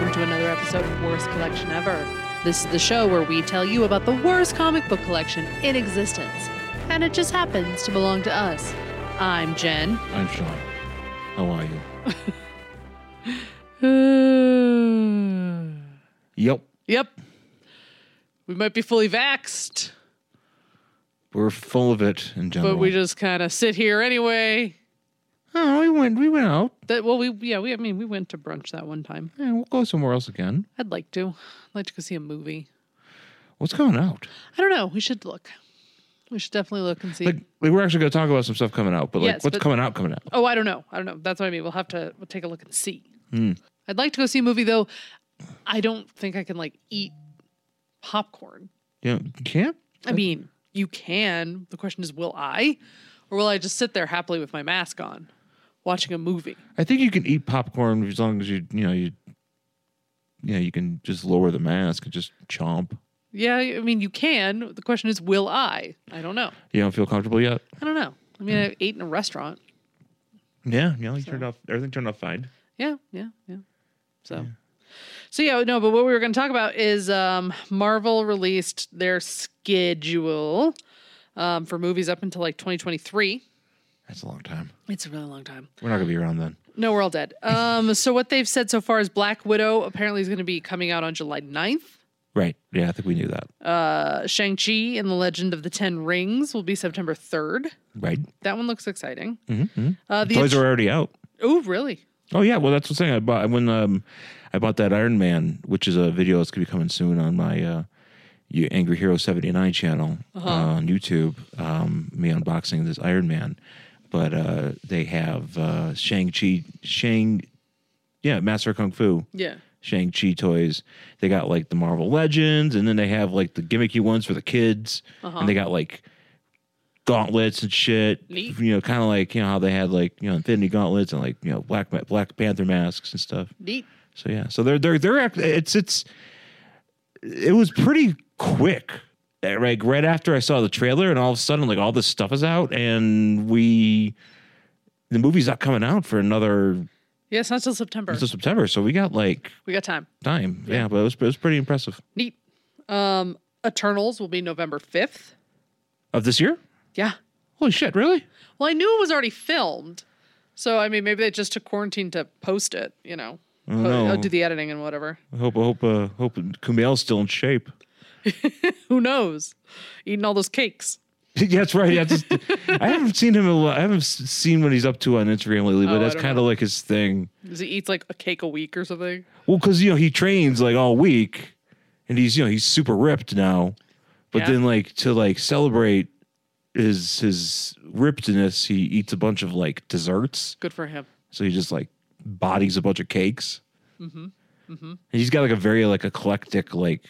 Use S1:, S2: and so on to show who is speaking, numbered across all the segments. S1: episode of Worst Collection Ever. This is the show where we tell you about the worst comic book collection in existence, and it just happens to belong to us. I'm Jen.
S2: I'm Sean. How are you? Yep.
S1: Hmm. yep. We might be fully vaxxed,
S2: We're full of it in general.
S1: but we just kind of sit here anyway.
S2: oh, we went, we went out.
S1: That well, we yeah, we I mean, we went to brunch that one time.
S2: Yeah, we'll go somewhere else again.
S1: I'd like to. I'd like to go see a movie.
S2: What's coming out?
S1: I don't know. We should look. We should definitely look and see.
S2: Like, like we're actually going to talk about some stuff coming out, but like,
S1: Yes,
S2: what's
S1: but-
S2: coming out? Coming out?
S1: Oh, I don't know. I don't know. That's what I mean. We'll have to we'll take a look and see. I'd like to go see a movie though. I don't think I can like eat popcorn.
S2: Yeah, you can't.
S1: I mean, you can. The question is, will I, or will I just sit there happily with my mask on, watching a movie?
S2: I think you can eat popcorn as long as you, you know, you, you know, you can just lower the mask and just chomp.
S1: Yeah, I mean, you can. The question is, will I? I don't know.
S2: You don't feel comfortable yet?
S1: I don't know. I mean, I ate in a restaurant.
S2: Yeah, yeah. You turned off. Everything turned off fine.
S1: Yeah, yeah, yeah. So, so yeah, no. But what we were going to talk about is um, Marvel released their schedule um, for movies up until like 2023.
S2: That's a long time.
S1: It's a really long time.
S2: We're not going to be around then.
S1: No, we're all dead. Um, so what they've said so far is Black Widow apparently is going to be coming out on July 9th.
S2: Right. Yeah, I think we knew that.
S1: Uh, Shang-Chi and the Legend of the Ten Rings will be September 3rd.
S2: right.
S1: That one looks exciting. Uh, the
S2: Toys are already out.
S1: oh, really?
S2: Oh yeah, well that's the thing. I bought when um I bought that Iron Man, which is a video that's gonna be coming soon on my uh you Angry Hero seventy nine channel uh, on YouTube. Um, me unboxing this Iron Man, but uh they have uh Shang Chi Shang, yeah Master of Kung Fu.
S1: Yeah.
S2: Shang Chi toys. They got like the Marvel Legends, and then they have like the gimmicky ones for the kids, and they got like gauntlets and shit.
S1: Neat.
S2: You know, kind of like you know how they had like you know Infinity gauntlets and like you know Black Ma- Black Panther masks and stuff.
S1: Neat.
S2: So yeah, so they're they're they're act- it's it's it was pretty quick. Uh, Like right after I saw the trailer, and all of a sudden, like all this stuff is out, and we the movie's not coming out for another
S1: Yeah, it's not till September.
S2: until September. So we got like
S1: we got time.
S2: time. Yeah, but it was, it was pretty impressive.
S1: Neat. Um, Eternals will be November 5th.
S2: Of this year?
S1: Yeah.
S2: Holy shit, really?
S1: Well, I knew it was already filmed. So, I mean, maybe they just took quarantine to post it, you know, Po-
S2: don't know.
S1: uh, do the editing and whatever.
S2: I hope I hope uh, hope Kumail's still in shape.
S1: Who knows? Eating all those cakes.
S2: yeah, that's right. Yeah, just, I haven't seen him. A lot. I haven't s- seen what he's up to on Instagram lately, but
S1: Oh, I
S2: that's
S1: don't
S2: kind
S1: know.
S2: of like his thing.
S1: Does he eats like a cake a week or something?
S2: Well, because you know he trains like all week, and he's you know he's super ripped now, but
S1: Yeah.
S2: then like to like celebrate his his rippedness, he eats a bunch of like desserts.
S1: Good for him.
S2: So he just like bodies a bunch of cakes.
S1: Mm-hmm.
S2: And he's got like a very like eclectic like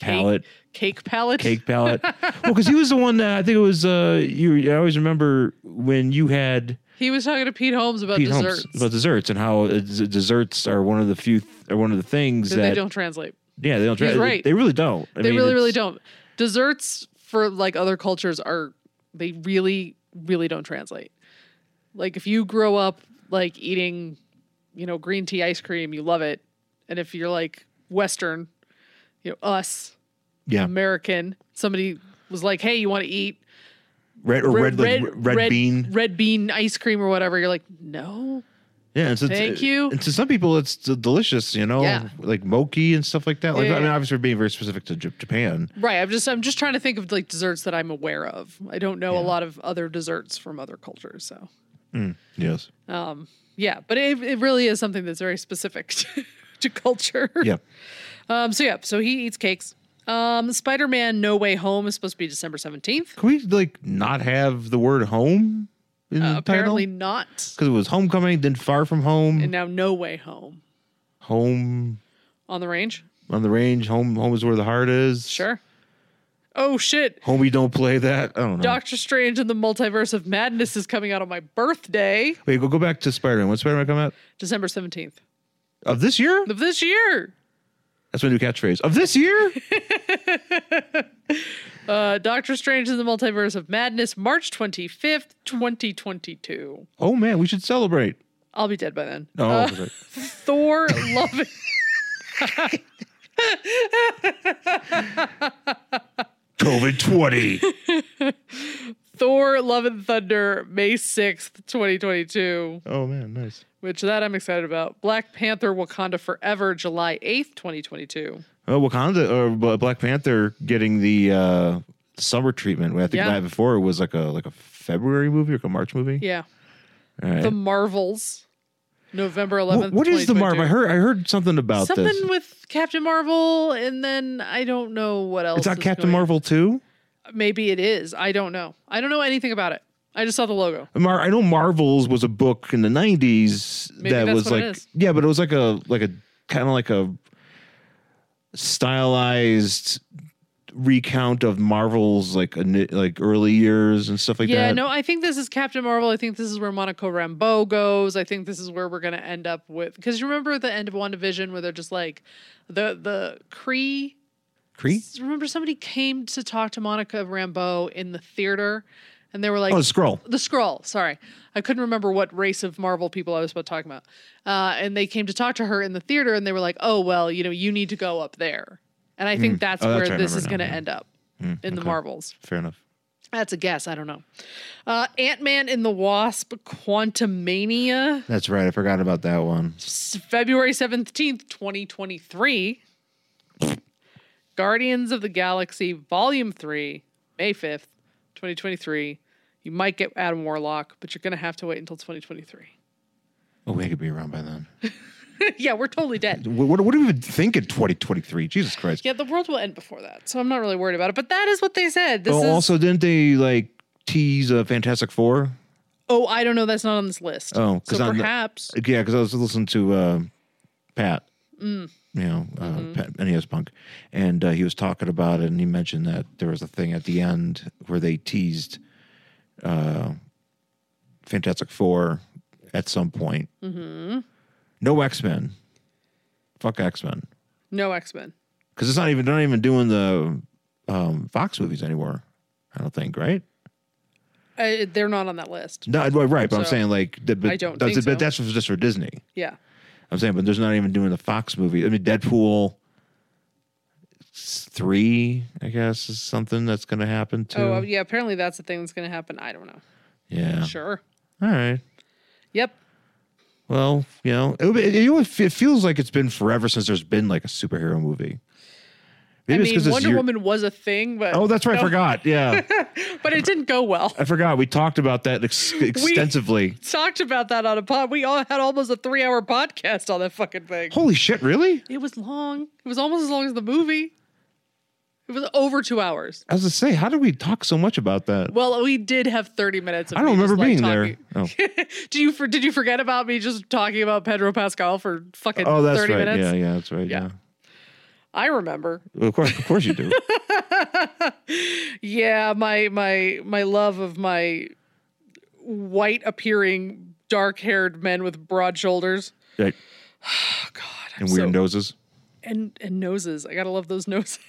S2: palette,
S1: Cake palette?
S2: cake, palette. well, because he was the one that I think it was. uh You I always remember when you had
S1: He was talking to Pete Holmes about
S2: Pete
S1: desserts.
S2: Holmes about desserts and how uh, d- desserts are one of the few th- are one of the things
S1: that
S2: that
S1: they don't translate.
S2: yeah they don't try
S1: He's right.
S2: they, really don't I
S1: They
S2: mean,
S1: really, really
S2: it's-
S1: don't. Desserts for like other cultures are they really, really don't translate. Like if you grow up like eating, you know, green tea ice cream, you love it. And if you're like Western, you know, us,
S2: yeah
S1: American, somebody was like, Hey, you want to eat
S2: red or red like, red, red, bean
S1: red bean ice cream or whatever, you're like, No.
S2: yeah and so it's- uh,
S1: Thank you.
S2: and to some people it's d- delicious you know
S1: Yeah.
S2: like mochi and stuff like that like
S1: Yeah,
S2: I mean
S1: yeah.
S2: obviously we're being very specific to J- Japan
S1: Right. I'm just I'm just trying to think of like desserts that I'm aware of. I don't know a lot of other desserts from other cultures, so
S2: yes
S1: Yeah, but it, it really is something that's very specific to, to culture.
S2: yeah.
S1: Um, so yeah, so he eats cakes. Um, Spider-Man: No Way Home is supposed to be December seventeenth.
S2: Can we like not have the word home in the title?
S1: Uh, Apparently not.
S2: Because it was homecoming, then far from home,
S1: And now No Way Home
S2: home
S1: on the range.
S2: on the range, home home is where the heart is.
S1: Sure. Oh shit!
S2: Homie, don't play that. I don't know.
S1: Doctor Strange and the Multiverse of Madness is coming out on my birthday,
S2: Wait, go go back to Spider Man. When Spider Man come out
S1: December seventeenth
S2: of this year?
S1: of this year.
S2: That's my new catchphrase. Of this year?
S1: Uh, Doctor Strange and the Multiverse of Madness, March twenty fifth, twenty twenty two.
S2: oh man, we should celebrate.
S1: I'll be dead by then.
S2: No,
S1: Uh,
S2: that's right.
S1: Thor: Love.
S2: COVID 20.
S1: Thor Love and Thunder, May 6th, 2022,
S2: Oh, man. Nice.
S1: which that I'm excited about. Black Panther Wakanda Forever, July 8th, 2022.
S2: Oh, Wakanda or B- Black Panther getting the uh, summer treatment. I think
S1: Yeah.
S2: the night before it was like a like a February movie or like a March movie.
S1: Yeah.
S2: All right.
S1: The Marvels, November
S2: Wh-
S1: 11th.
S2: what is the Marvel? I
S1: 2022.
S2: heard I heard something about
S1: Something
S2: this.
S1: with Captain Marvel, and then I don't know what else.
S2: It's on
S1: is
S2: Captain
S1: going on.
S2: Marvel too.
S1: Maybe it is. I don't know. I don't know anything about it. I just saw the logo.
S2: Mar- I know Marvels was a book in the nineties
S1: Maybe
S2: that
S1: that's
S2: was
S1: what it
S2: like
S1: is.
S2: yeah, but it was like a like a kind of like a stylized recount of Marvel's like ini- like early years and stuff like
S1: yeah,
S2: that.
S1: no, I think this is Captain Marvel. I think this is where Monica Rambeau goes. I think this is where we're gonna end up with because you remember at the end of WandaVision where they're just like the the Cree
S2: Cree.
S1: remember somebody came to talk to Monica Rambeau in the theater and they were like
S2: Oh, the scroll.
S1: the scroll sorry i couldn't remember what race of marvel people i was about talking about uh, and they came to talk to her in the theater and they were like oh well you know you need to go up there and i think that's
S2: Oh, that's
S1: where
S2: what I
S1: this is going
S2: remember
S1: to
S2: now, yeah. Hmm.
S1: end up in the marvels
S2: Fair enough.
S1: that's a guess i don't know uh, ant-man and the wasp quantumania
S2: That's right. I forgot about that one.
S1: s- february 17th 2023 guardians of the galaxy volume 3 may 5th 2023 you might get adam warlock but you're going to have to wait until 2023
S2: Oh, we could be around by then.
S1: yeah, we're totally dead.
S2: what, what, what do we even think in 2023? Jesus Christ.
S1: Yeah, the world will end before that, so I'm not really worried about it. But that is what they said. This is.
S2: oh, also, didn't they like tease a Fantastic Four?
S1: oh, I don't know. That's not on this list.
S2: Oh, 'cause
S1: so
S2: I'm-
S1: perhaps.
S2: Yeah, because I was listening to uh, Pat,
S1: Mm.
S2: you know, uh,
S1: Mm-hmm.
S2: Pat NES Punk, and uh, he was talking about it, and he mentioned that there was a thing at the end where they teased uh, Fantastic Four at some point. Mm-hmm. No X Men. Fuck X Men.
S1: no X Men.
S2: because it's not even they're not even doing the um, Fox movies anymore. I don't think, right?
S1: Uh, they're not on that list.
S2: No, well, right. But I'm
S1: So,
S2: saying like, the, but
S1: I don't
S2: that's,
S1: think
S2: but
S1: so.
S2: that's just for Disney.
S1: Yeah.
S2: I'm saying, but there's not even doing the Fox movie. I mean, Deadpool three, I guess, is something that's going to happen too.
S1: Oh, uh, yeah. Apparently, that's the thing that's going to happen. I don't know.
S2: yeah.
S1: Sure.
S2: All right.
S1: Yep.
S2: Well, you know, it, would be- it, it, it feels like it's been forever since there's been like a superhero movie. Maybe it's
S1: I
S2: 'cause
S1: mean,
S2: it's
S1: Wonder
S2: year-
S1: Woman was a thing, but
S2: Oh, that's right. I forgot. Yeah,
S1: but it didn't go well.
S2: I forgot. We talked about that ex- extensively.
S1: Talked about that on a pod. We all had almost a three-hour podcast on that fucking thing.
S2: Holy shit! Really?
S1: It was long. It was almost as long as the movie. It was over two hours.
S2: I was gonna say, how did we talk so much about that?
S1: Well, we did have 30 minutes. Of
S2: I don't
S1: me just,
S2: remember
S1: like,
S2: being
S1: talking.
S2: there. Oh.
S1: Do you for, did you forget about me just talking about Pedro Pascal for fucking
S2: Oh, that's
S1: 30
S2: right.
S1: minutes?
S2: Yeah, yeah, that's right.
S1: Yeah.
S2: Yeah.
S1: I remember.
S2: Of course, of course you do.
S1: Yeah, my my my love of my white appearing dark-haired men with broad shoulders
S2: Right.
S1: oh, God, I'm
S2: And weird
S1: so-
S2: noses.
S1: and and noses. I got to love those noses.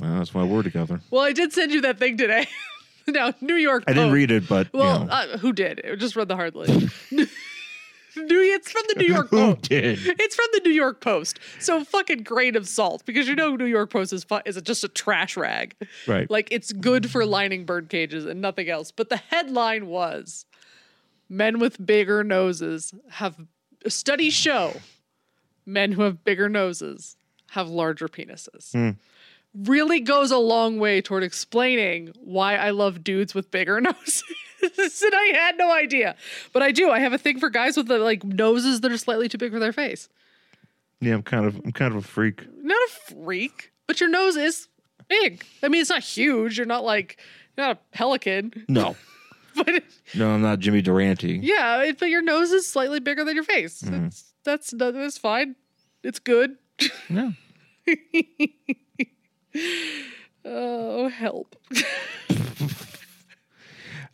S2: Well, that's why we're together.
S1: well, I did send you that thing today. now, New York
S2: I didn't
S1: Post.
S2: read it, but
S1: Oh, Well,
S2: you know.
S1: uh, who did? I just read the hard list. New, it's from the New York
S2: who
S1: Post.
S2: did?
S1: It's from the New York Post. So fucking grain of salt because you know New York Post is fu- is just a trash rag.
S2: Right.
S1: Like it's good for lining bird cages and nothing else. But the headline was men with bigger noses have studies show men who have bigger noses have larger penises. Really goes a long way toward explaining why I love dudes with bigger noses. and I had no idea. But I do. I have a thing for guys with the, like noses that are slightly too big for their face.
S2: yeah, I'm kind of I'm kind of a freak.
S1: Not a freak, but your nose is big. I mean, it's not huge. You're not like you're not a pelican,
S2: No.
S1: but
S2: No, I'm not Jimmy Durante.
S1: Yeah, it, but your nose is slightly bigger than your face.
S2: Mm-hmm.
S1: That's That's that- that's fine. It's good.
S2: No.
S1: Oh help!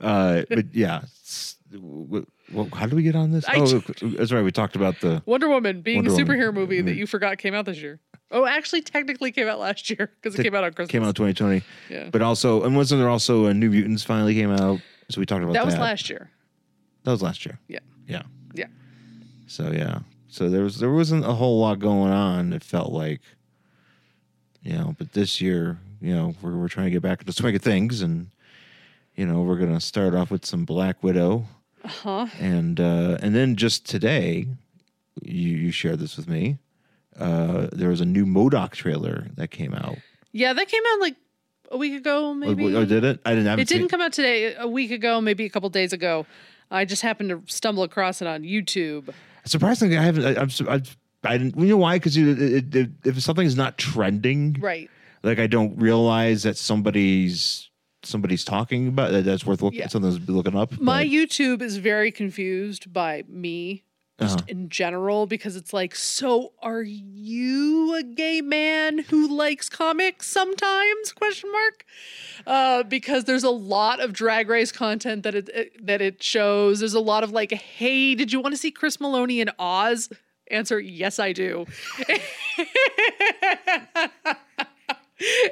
S2: Uh, but yeah. it's- w- w- how do we get on this?
S1: I
S2: oh, that's right. We talked about the.
S1: Wonder Woman being a
S2: Wonder Woman. Mm-hmm.
S1: superhero movie that you forgot came out this year. Oh, actually, technically came out last year because it came out on Christmas.
S2: Came out 2020,
S1: Yeah.
S2: but also and wasn't there also a New Mutants finally came out? So we talked about that.
S1: that was last year.
S2: That was last year.
S1: Yeah.
S2: Yeah.
S1: Yeah.
S2: So yeah. So there was there wasn't a whole lot going on. It felt like, you know, but this year, you know, we're we're trying to get back into the swing of things, and you know, we're gonna start off with some Black Widow,
S1: Huh?
S2: and uh, and then just today, you you shared this with me. Uh, there was a new Modoc trailer that came out.
S1: Yeah, that came out like a week ago,
S2: Oh,
S1: maybe.
S2: oh, did it? I didn't. I haven't
S1: it didn't
S2: seen-
S1: come out today, a week ago, maybe a couple days ago. I just happened to stumble across it on YouTube.
S2: Surprisingly, I haven't. I, I'm. su- I've, I didn't. You know why? Because it, it, it, if something's not trending,
S1: Right.
S2: like I don't realize that somebody's somebody's talking about that. That's worth looking.
S1: Yeah.
S2: Something's be looking up.
S1: My
S2: but-
S1: YouTube is very confused by me just
S2: Uh-huh.
S1: in general because it's like, so are you a gay man who likes comics sometimes? Question mark. Uh, because there's a lot of drag race content that it, it that it shows. There's a lot of like, hey, did you want to see Chris Maloney in Oz? Answer: Yes, I do.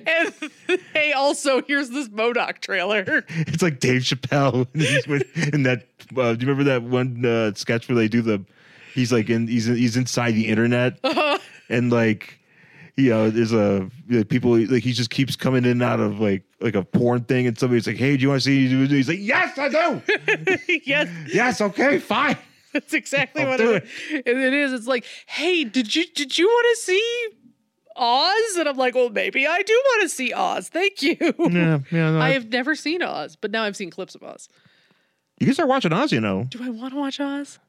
S1: and hey, also here's this Modoc trailer.
S2: it's like Dave Chappelle with, in that. Uh, do you remember that one uh, sketch where they do the? He's like in. He's he's inside the internet
S1: Uh,
S2: and like. You know, there's a like, people like he just keeps coming in and out of like like a porn thing, and somebody's like, "Hey, do you want to see?" He's like, "Yes, I do."
S1: yes,
S2: yes, okay, fine.
S1: That's exactly
S2: I'll
S1: what
S2: do
S1: it is. And it is. It's like, hey, did you did you want to see Oz? And I'm like, well, maybe I do want to see Oz. Thank you.
S2: yeah.
S1: I have never seen Oz, but now I've seen clips of Oz.
S2: you can start watching Oz, you know.
S1: Do I want to watch Oz?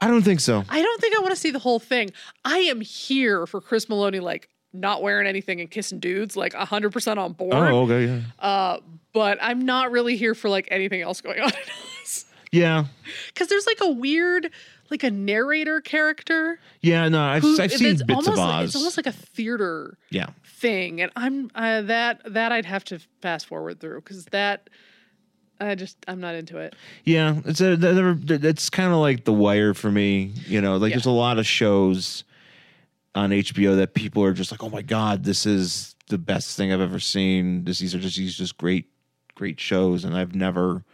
S2: I don't think so.
S1: I don't think I want to see the whole thing. I am here for Chris Maloney, like not wearing anything and kissing dudes, like 100% on board.
S2: Oh, okay, yeah,
S1: Uh, but I'm not really here for like anything else going on in Oz.
S2: yeah,
S1: Because there's like a weird, like a narrator character.
S2: yeah. No, I've,
S1: who-
S2: I've
S1: it's
S2: seen bits
S1: almost,
S2: of
S1: like-
S2: Oz.
S1: It's almost like a theater
S2: yeah,
S1: thing, and I'm uh, that that I'd have to fast forward through because that I just I'm not into it.
S2: yeah. It's a, that never- that- that's kind of like The Wire for me. You know, like
S1: Yeah.
S2: there's a lot of shows on HBO that people are just like, oh my god, this is the best thing I've ever seen. This, these are just these just great, great shows, and I've never.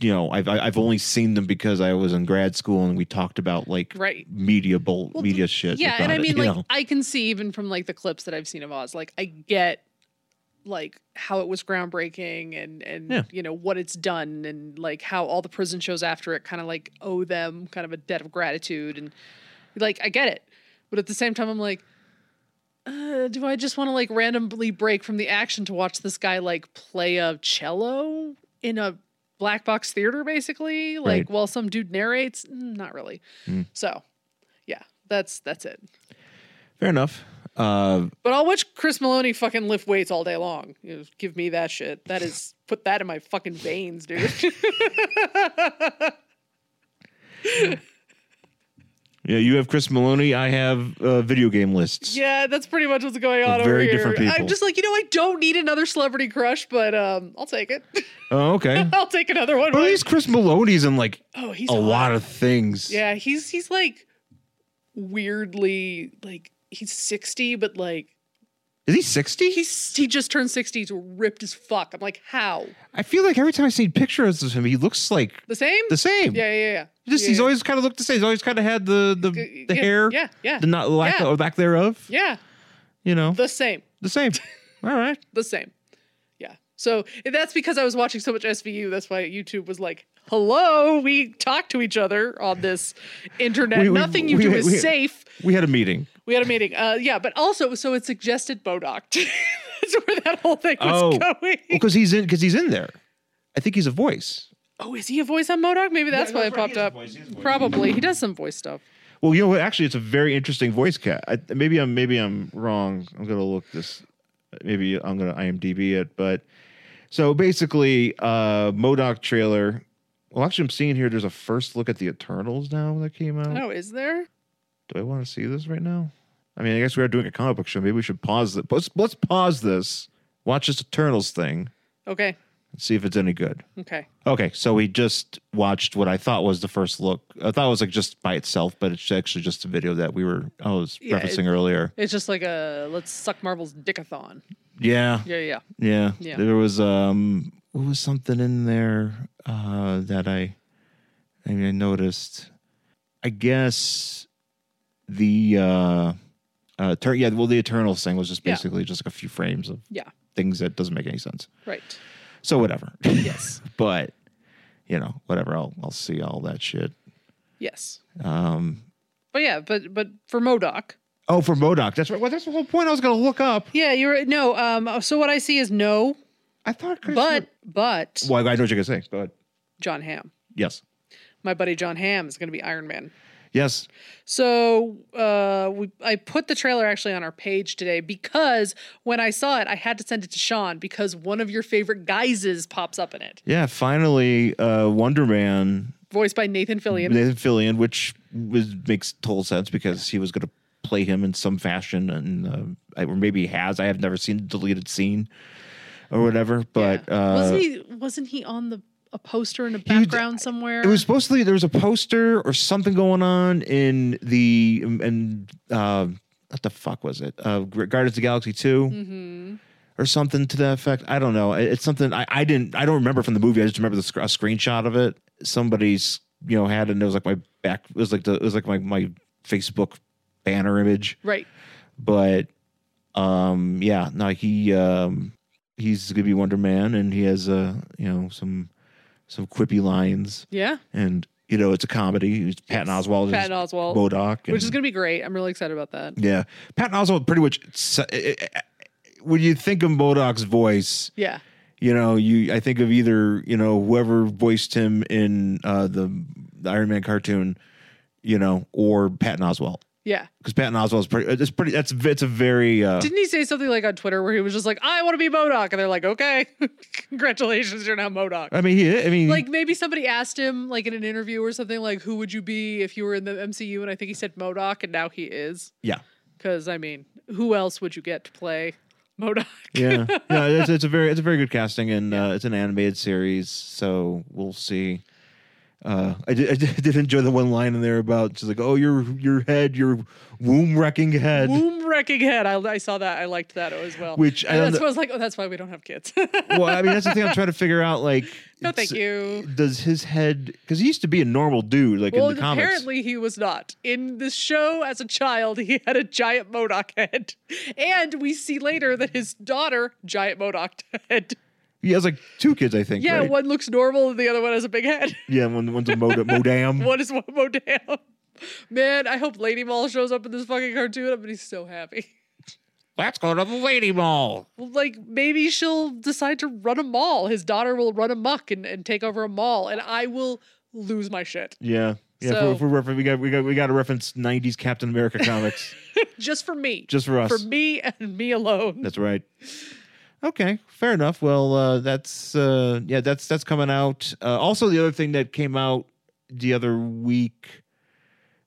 S2: You know, I've I- I've only seen them because I was in grad school and we talked about like
S1: Right.
S2: media bull,
S1: Well,
S2: media shit.
S1: yeah, and
S2: about
S1: I
S2: it,
S1: mean,
S2: you
S1: like
S2: know.
S1: I can see even from like the clips that I've seen of Oz, like I get like how it was groundbreaking and and
S2: Yeah.
S1: you know what it's done and like how all the prison shows after it kind of like owe them kind of a debt of gratitude and like I get it, but at the same time I'm like. Uh, do I just want to like randomly break from the action to watch this guy like play a cello in a black box theater, basically, like
S2: Right.
S1: while some dude narrates? Mm, Not really. So, yeah, that's that's it.
S2: fair enough. Uh,
S1: But I'll watch Chris Maloney fucking lift weights all day long. You know, give me that shit. That is put that in my fucking veins, dude.
S2: Yeah, you have Chris Maloney. I have uh, video game lists.
S1: yeah, that's pretty much what's going on
S2: Very
S1: over here.
S2: different people.
S1: I'm just like, you know, I don't need another celebrity crush, but um, I'll take it.
S2: Oh, okay.
S1: I'll take another one.
S2: But at least Chris Maloney's in like
S1: oh, he's
S2: a
S1: hot.
S2: lot of things.
S1: Yeah, he's he's like weirdly like he's 60, but like
S2: Is he 60?
S1: he's he just turned 60. He's ripped as fuck. I'm like, how?
S2: I feel like every time I see pictures of him, he looks like
S1: The same?
S2: the same.
S1: yeah, yeah, yeah.
S2: Just
S1: yeah,
S2: he's
S1: yeah.
S2: always kind of looked the same. He's always kind of had the the,
S1: G-
S2: the
S1: yeah,
S2: hair,
S1: Yeah, yeah.
S2: the not lack
S1: Yeah.
S2: or lack thereof.
S1: yeah,
S2: You know,
S1: the same.
S2: the same. All right.
S1: The same. Yeah. So and that's because I was watching so much SVU. That's why YouTube was like, hello, we talk to each other on this internet.
S2: We- we-
S1: Nothing you
S2: we-
S1: do
S2: we-
S1: is
S2: we-
S1: safe.
S2: We had a meeting.
S1: We had a meeting. Uh, yeah, but also, so it suggested Bodoc. that's where that whole thing was
S2: Oh.
S1: going.
S2: because he's in because he's in there. I think he's a voice.
S1: Oh, is he a voice on Modoc? Maybe that's why it popped up. Probably. He does some voice stuff.
S2: Well, you know what? Actually, it's a very interesting voice cat. I, maybe I'm maybe I'm wrong. I'm gonna look this. Maybe I'm gonna IMDb it. But so basically, uh Modoc trailer. Well, actually, I'm seeing here. There's a first look at the Eternals now that came out.
S1: Oh, is there?
S2: Do I want to see this right now? I mean, I guess we are doing a comic book show. Maybe we should pause it. Let's, let's pause this. Watch this Eternals thing
S1: Okay.
S2: and see if it's any good.
S1: Okay.
S2: Okay, so we just watched what I thought was the first look. I thought it was like just by itself, but it's actually just a video that we were I was
S1: Yeah, it-
S2: referencing earlier.
S1: It's just like a let's suck Marvel's dickathon.
S2: Yeah,
S1: Yeah, yeah.
S2: yeah,
S1: Yeah.
S2: There was um, what was something in there uh that I I, mean, I noticed. I guess the uh, uh, ter- yeah, well, the Eternals thing was just
S1: Yeah.
S2: basically just like a few frames of
S1: Yeah.
S2: things that doesn't make any sense.
S1: Right.
S2: So whatever,
S1: Yes.
S2: but you know, whatever. I'll I'll see all that shit.
S1: yes.
S2: Um,
S1: But yeah, but but for Modoc.
S2: oh, for Modoc, that's right. Well, that's the whole point. I was gonna look up.
S1: Yeah, you're right. No, um so what I see is no,
S2: I thought, Chris
S1: but but
S2: well, I know what you're gonna say. Go ahead.
S1: John Hamm.
S2: Yes,
S1: My buddy John Hamm is going to be Iron Man.
S2: yes.
S1: So uh, we, I put the trailer actually on our page today because when I saw it, I had to send it to Sean because one of your favorite guises pops up in it,
S2: Yeah, finally, uh, Wonder Man,
S1: voiced by Nathan Fillion.
S2: Nathan Fillion, which was, makes total sense because he was going to play him in some fashion, and uh, I- or maybe he has. I have never seen the deleted scene or whatever, but
S1: Yeah.
S2: uh,
S1: wasn't he wasn't he on the a poster in a
S2: was-
S1: background somewhere?
S2: it was supposedly there was a poster or something going on in the and uh, what the fuck was it? Uh, Guardians of the Galaxy 2 or something to that effect. I don't know. It- It's something I, I didn't I don't remember from the movie. I just remember the sc- a screenshot of it. Somebody's you know had it and it was like my back it was like the it was like my my Facebook banner image.
S1: right.
S2: But um yeah, no he um he's gonna be Wonder Man and he has uh you know some some quippy lines
S1: Yeah.
S2: and you know it's a comedy. It's Patton
S1: Yes.
S2: Oswald,
S1: Patton
S2: is
S1: Oswald,
S2: Modoc,
S1: which is
S2: and-
S1: going to be great. I'm really excited about that.
S2: yeah. Patton Oswald pretty much. s- eh, eh, eh, When you think of Modoc's voice,
S1: Yeah.
S2: you know you I think of either you know whoever voiced him in uh, the, the Iron Man cartoon, you know, or Patton Oswald
S1: Yeah.
S2: because Patton Oswald is pretty. It's pretty. That's it's a very. Uh,
S1: Didn't he say something like on Twitter where he was just like, I want to be Modoc? And they're like, okay, congratulations, you're now Modoc.
S2: I mean, he. I mean,
S1: like maybe somebody asked him like in an interview or something like who would you be if you were in the MCU and I think he said Modoc and now he is
S2: yeah,
S1: cuz I mean who else would you get to play Modoc
S2: yeah, yeah. It's, it's a very, it's a very good casting, and uh, it's an animated series, so we'll see. Uh, I, did, I did did enjoy the one line in there about she's like, "Oh, your your head, your womb wrecking head."
S1: Womb wrecking head I, I saw that I liked that as well
S2: Which I
S1: and
S2: don't
S1: that's
S2: know-
S1: why I was like oh that's why we don't have kids
S2: well, I mean, that's the thing I'm trying to figure out. Like,
S1: no thank
S2: it's-
S1: you
S2: Does his head? Because he used to be a normal dude, like
S1: well
S2: in the comics.
S1: apparently he was not in this show as a child he had a giant Modoc head and we see later that his daughter giant Modoc head
S2: he has like two kids, I think.
S1: yeah
S2: right?
S1: one looks normal and the other one has a big head
S2: yeah, one, one's a mod- modam.
S1: What is one more damn? Man, I hope Lady Mall shows up in this fucking cartoon. I'm gonna be so happy.
S2: Let's go to the lady mall.
S1: Like maybe she'll decide to run a mall. His daughter will run amok and, and take over a mall, and I will lose my shit
S2: Yeah, yeah. if
S1: So-
S2: we're- if we're refer- we got, we got, we got to reference '90s Captain America comics
S1: just for me,
S2: just for us.
S1: for me and me alone.
S2: That's right. Okay, fair enough. Well, uh, that's uh, yeah, that's that's coming out. Uh, also, the other thing that came out the other week,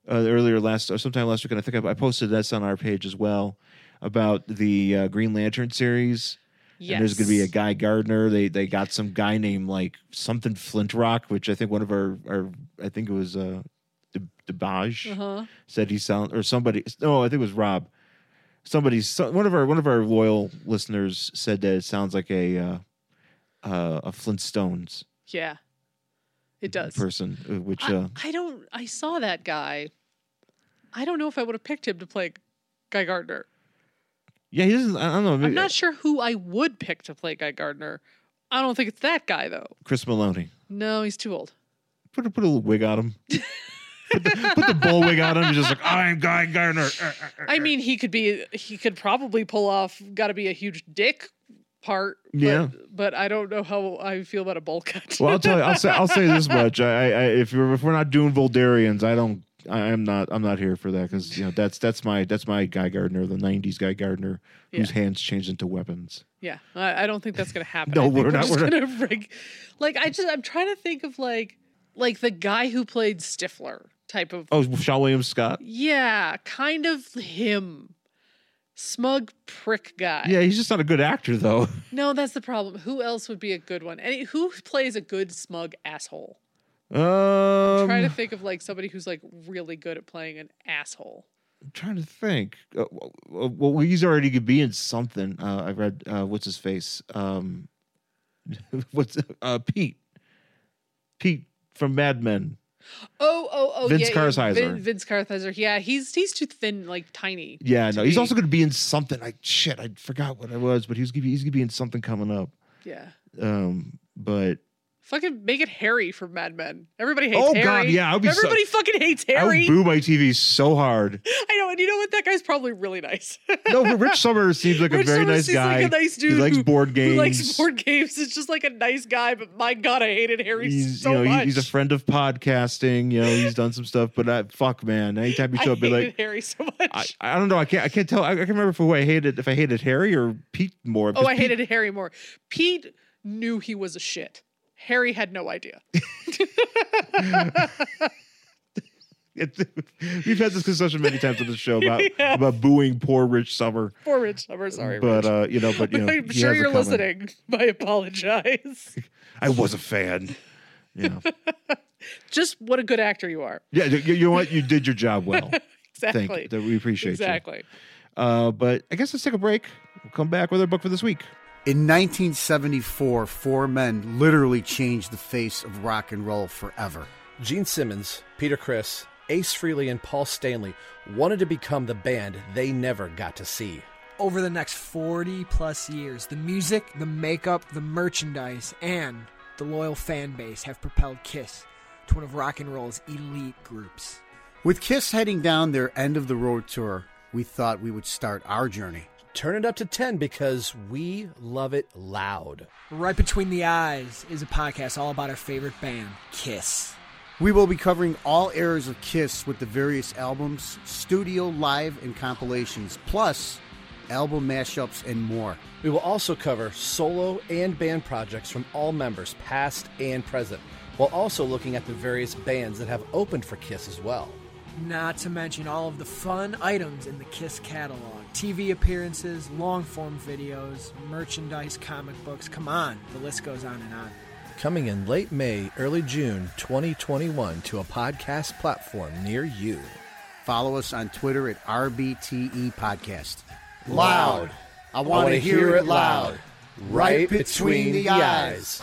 S2: uh, earlier last or sometime last week, and I think I, I posted this on our page as well about the uh, Green Lantern series.
S1: Yes,
S2: And there's going to be a Guy Gardner. They they got some guy named like something Flintrock, which I think one of our our I think it was uh, De- Debage
S1: Uh-huh.
S2: said he sound or somebody no i think it was rob somebody so, one of our one of our loyal listeners said that it sounds like a uh, uh a flintstones
S1: Yeah, it does.
S2: person uh, which
S1: I,
S2: uh
S1: I don't. I saw that guy. I don't know if I would have picked him to play Guy Gardner.
S2: yeah he doesn't i don't know
S1: I'm
S2: maybe
S1: not sure who I would pick to play Guy Gardner. I don't think it's that guy though.
S2: uh, chris maloney
S1: No, he's too old.
S2: put a put a little wig on him put, the, put the bull wig on him he's just like i'm guy gardner Uh, uh, uh.
S1: I mean, he could be. He could probably pull off. Got to be a huge dick part. but-
S2: Yeah.
S1: But I don't know how I feel about a bowl cut.
S2: well i'll tell you i'll say i'll say this much i i, I if we're if we're not doing voldarians i don't I am not. I'm not here for that because you know that's that's my that's my Guy Gardner, the '90s Guy Gardner, whose hands changed into weapons.
S1: yeah, I, I don't think that's gonna happen.
S2: No,
S1: I think
S2: we're not-
S1: just
S2: we're not-
S1: gonna rig- like I just I'm trying to think of like like the guy who played Stifler type of.
S2: Oh, Sean William Scott.
S1: Yeah, kind of him. Smug prick guy.
S2: Yeah, he's just not a good actor though.
S1: No, that's the problem. Who else would be a good one? Any who plays a good smug asshole?
S2: Um,
S1: Try
S2: I'm
S1: to
S2: trying to,
S1: think of like somebody who's like really good at playing an asshole.
S2: think. Uh, w- w- well, he's already could be in something. Uh, I read. Uh, what's his face? Um, what's uh, Pete? Pete from Mad Men.
S1: Oh, oh, oh,
S2: Vince
S1: yeah, yeah,
S2: Kartheiser.
S1: Vin- Vince Kartheiser. Yeah, he's he's too thin, like tiny.
S2: Yeah,
S1: to
S2: no, he's
S1: be-
S2: also going to be in something. I shit, I forgot what I was, but he was gonna be, he's going to be in something coming up.
S1: Yeah.
S2: Um, but
S1: Fucking make it Harry for Mad Men. Everybody hates
S2: Oh,
S1: Harry.
S2: God, yeah, I would be so-
S1: Everybody fucking hates Harry.
S2: I would boo my TV so hard.
S1: I know, and you know what? That guy's probably really nice.
S2: No, but Rich Summers seems like a
S1: Rich
S2: very
S1: Summers
S2: nice
S1: seems
S2: guy.
S1: like a nice dude
S2: he likes
S1: who-
S2: board games.
S1: Who likes board games? It's just like a nice guy, but my god, I hated Harry
S2: He's
S1: so
S2: you know he-
S1: much.
S2: he's a friend of podcasting. You know he's done some stuff, but I, fuck man, anytime you
S1: I
S2: show up,
S1: hated
S2: be like,
S1: Harry so much.
S2: I, I don't know, I can't I can't tell. I, I can't remember for who I hated if I hated Harry or Pete more.
S1: oh,
S2: because
S1: I
S2: Pete-
S1: hated Harry more. Pete knew he was a shit. Harry had no idea.
S2: We've had this discussion many times on the show about
S1: Yeah.
S2: about booing poor Rich Summer,
S1: Poor Rich Summer, sorry.
S2: but
S1: Rich.
S2: uh, you know, but you know,
S1: I'm
S2: he
S1: sure
S2: has it
S1: you're
S2: coming.
S1: listening. I apologize.
S2: I was a fan. Yeah,
S1: Just what a good actor you are.
S2: yeah. You, you know what? You did your job well.
S1: Exactly.
S2: Thank you. We appreciate
S1: exactly.
S2: you. Uh, but I guess let's take a break. We'll come back with our book for this week.
S3: In 1974, four men literally changed the face of rock and roll forever.
S4: Gene Simmons, Peter Criss, Ace Frehley, and Paul Stanley wanted to become the band they never got to see.
S5: over the next 40 plus years, the music, the makeup, the merchandise, and the loyal fan base have propelled Kiss to one of rock and roll's elite groups.
S3: With Kiss heading down their end of the road tour, we thought we would start our journey.
S4: Turn it up to 10 because we love it loud.
S5: Right Between the Eyes is a podcast all about our favorite band, Kiss.
S3: We will be covering all eras of Kiss with the various albums, studio, live, and compilations, plus album mashups and more.
S4: We will also cover solo and band projects from all members, past and present, while also looking at the various bands that have opened for Kiss as well.
S5: Not to mention all of the fun items in the Kiss catalog TV appearances, long form videos, merchandise, comic books. Come on, the list goes on and on.
S4: Coming in late May, early June 2021 to a podcast platform near you.
S3: Follow us on Twitter at RBTE E Podcast.
S4: Loud.
S3: I want to
S4: wanna
S3: hear, it loud. Right between the eyes.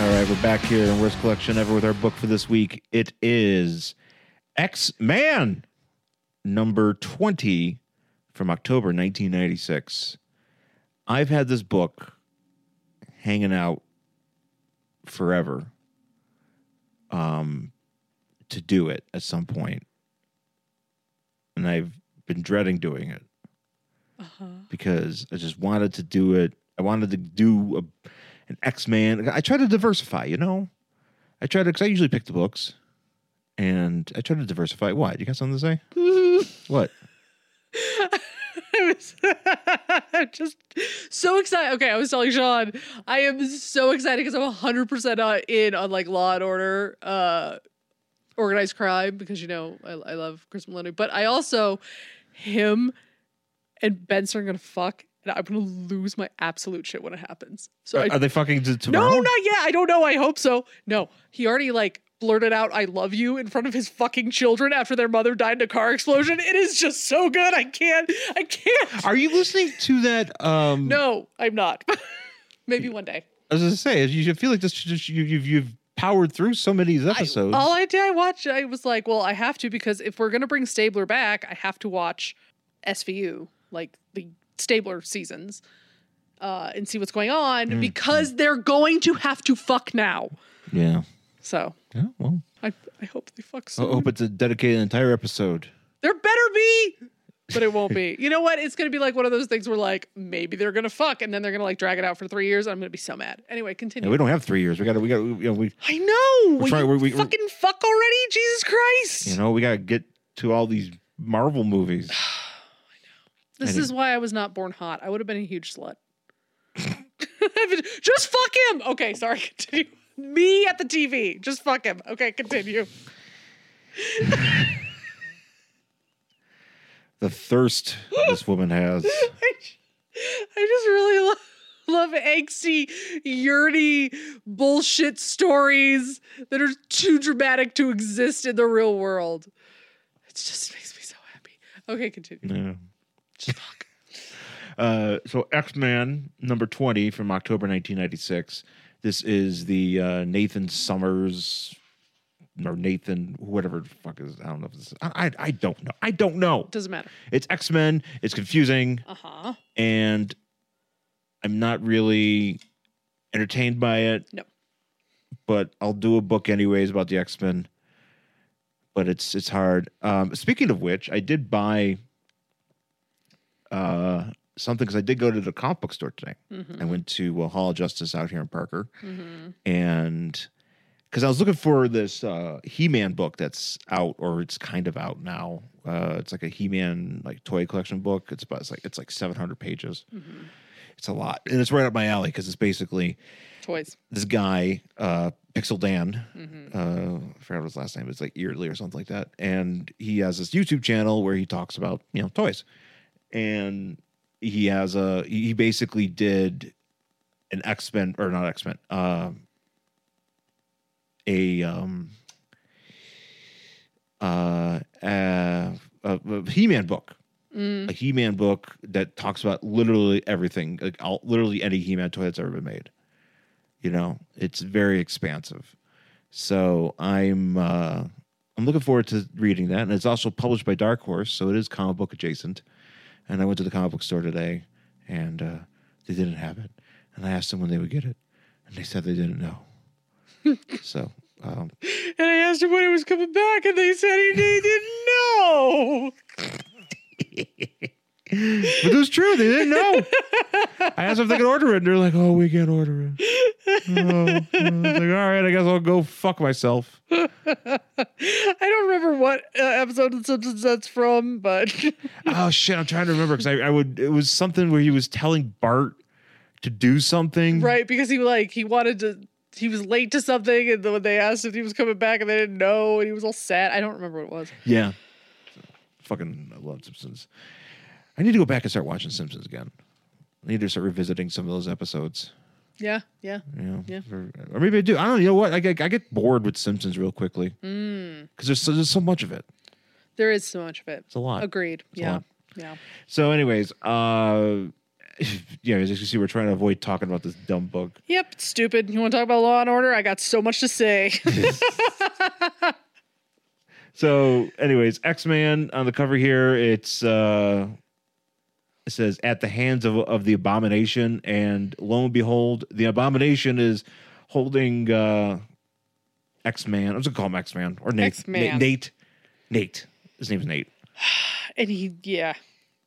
S2: All right, we're back here in worst collection ever with our book for this week. It is X Man number 20 from October 1996. I've had this book hanging out forever um to do it at some point. And I've been dreading doing it because I just wanted to do it. I wanted to do a, an X Man. I try to diversify, you know. I try to because I usually pick the books, and I try to diversify. What you got something to say? what?
S1: I was I'm just so excited. Okay, I was telling Sean, I am so excited because I'm 100% on- uh, in on like Law and Order, uh, organized crime, because you know, I, I love Chris Maloney, but I also, him and Benson are gonna fuck, and I'm gonna lose my absolute shit when it happens. So I
S2: Are they fucking to tomorrow?
S1: no, not yet. I don't know. I hope so. No, he already like blurted out "I love you" in front of his fucking children after their mother died in a car explosion. It is just so good. I can't. I can't.
S2: Are you listening to that? Um,
S1: No, I'm not. Maybe one day.
S2: I was gonna say you should feel like this. should Just, you, you've you've powered through so many of these episodes.
S1: All I did, I watched. I was like, well, I have to because if we're gonna bring Stabler back, I have to watch SVU, like the Stabler seasons, uh, and see what's going on because they're going to have to fuck now.
S2: yeah.
S1: So
S2: Yeah. Well,
S1: I, I hope they fuck
S2: I
S1: soon.
S2: hope it's a dedicated entire episode.
S1: There better be. But it won't be. You know what? It's gonna be like one of those things where like maybe they're gonna fuck and then they're gonna like drag it out for three years. And I'm gonna be so mad. Anyway,
S2: Yeah,
S1: continue.
S2: we don't have three years. We got to. We got. to You know, we.
S1: I know. Will
S2: trying-
S1: you
S2: we- we- we're-
S1: fucking fuck already, Jesus Christ.
S2: You know, we got to get to all these Marvel movies.
S1: this
S2: I
S1: is why I was not born hot. I would have been a huge slut. Just fuck him. Okay, sorry. Continue. Me at the TV. Just fuck him. Okay, continue.
S2: The thirst this woman has.
S1: I ju- I just really love. Love angsty, yearny bullshit stories that are too dramatic to exist in the real world. It just makes me so happy. Okay, continue.
S2: Yeah. Uh, so X Man number twenty from October nineteen ninety six. This is the uh, Nathan Summers or Nathan whatever the fuck is I don't know if this I, I I don't know I don't know.
S1: Doesn't matter.
S2: It's X Men. It's confusing
S1: Uh huh.
S2: and I'm not really entertained by it.
S1: No.
S2: But I'll do a book anyways about the X Men. But it's it's hard. Um, speaking of which, I did buy uh, something because I did go to the comic book store today. I went to uh, Hall of Justice out here in Parker, and because I was looking for this uh, He-Man book that's out, or it's kind of out now. Uh, it's like a He-Man like toy collection book. It's about it's like it's like 700 pages. It's a lot, and it's right up my alley because it's basically
S1: Toys.
S2: this guy, uh, Pixel Dan, uh, I forgot what his last name, it's like Early or something like that. And he has this YouTube channel where he talks about, you know, toys. And he has a, he basically did an X Men, or not X Men, um a, um, uh, uh, a, a He Man book a He-Man book that talks about literally everything, like all, literally any He-Man toy that's ever been made. You know, it's very expansive. So I'm uh, I'm looking forward to reading that, and it's also published by Dark Horse, so it is comic book adjacent. And I went to the comic book store today, and uh, they didn't have it. And I asked them when they would get it, and they said they didn't know. so um,
S1: And I asked him when it was coming back, and they said he they didn't know.
S2: But it was true. They didn't know. I asked if they could order it, and they're like, "Oh, we can't order it." Oh. I was like, all right, I guess I'll go fuck myself.
S1: I don't remember what uh, episode of The Simpsons that's from, but
S2: Oh shit, I'm trying to remember because I, I would. It was something where he was telling Bart to do something.
S1: right because he like he wanted to. He was late to something, and then when they asked if he was coming back, and they didn't know, and he was all sad. I don't remember what it was.
S2: Yeah. Fucking, I love Simpsons. I need to go back and start watching Simpsons again. I need to start revisiting some of those episodes.
S1: Yeah, yeah.
S2: You know,
S1: Yeah.
S2: Or, or maybe I do. I don't. You know what? I get, I get bored with Simpsons real quickly because
S1: Mm.
S2: there's so, there's so much of it.
S1: There is so much of it.
S2: It's a lot.
S1: Agreed.
S2: a
S1: yeah,
S2: lot.
S1: yeah.
S2: So, anyways, uh, yeah, as you can see, we're trying to avoid talking about this dumb book.
S1: Yep. it's Stupid. You want to talk about Law and Order? I got so much to say.
S2: So, anyways, X Man on the cover here, it's uh, it says at the hands of of the Abomination, and lo and behold, the Abomination is holding uh, X Man. I'm just gonna call him X Man or Nate.
S1: X-Man.
S2: Na- Nate. Nate. His name is Nate.
S1: and he, yeah,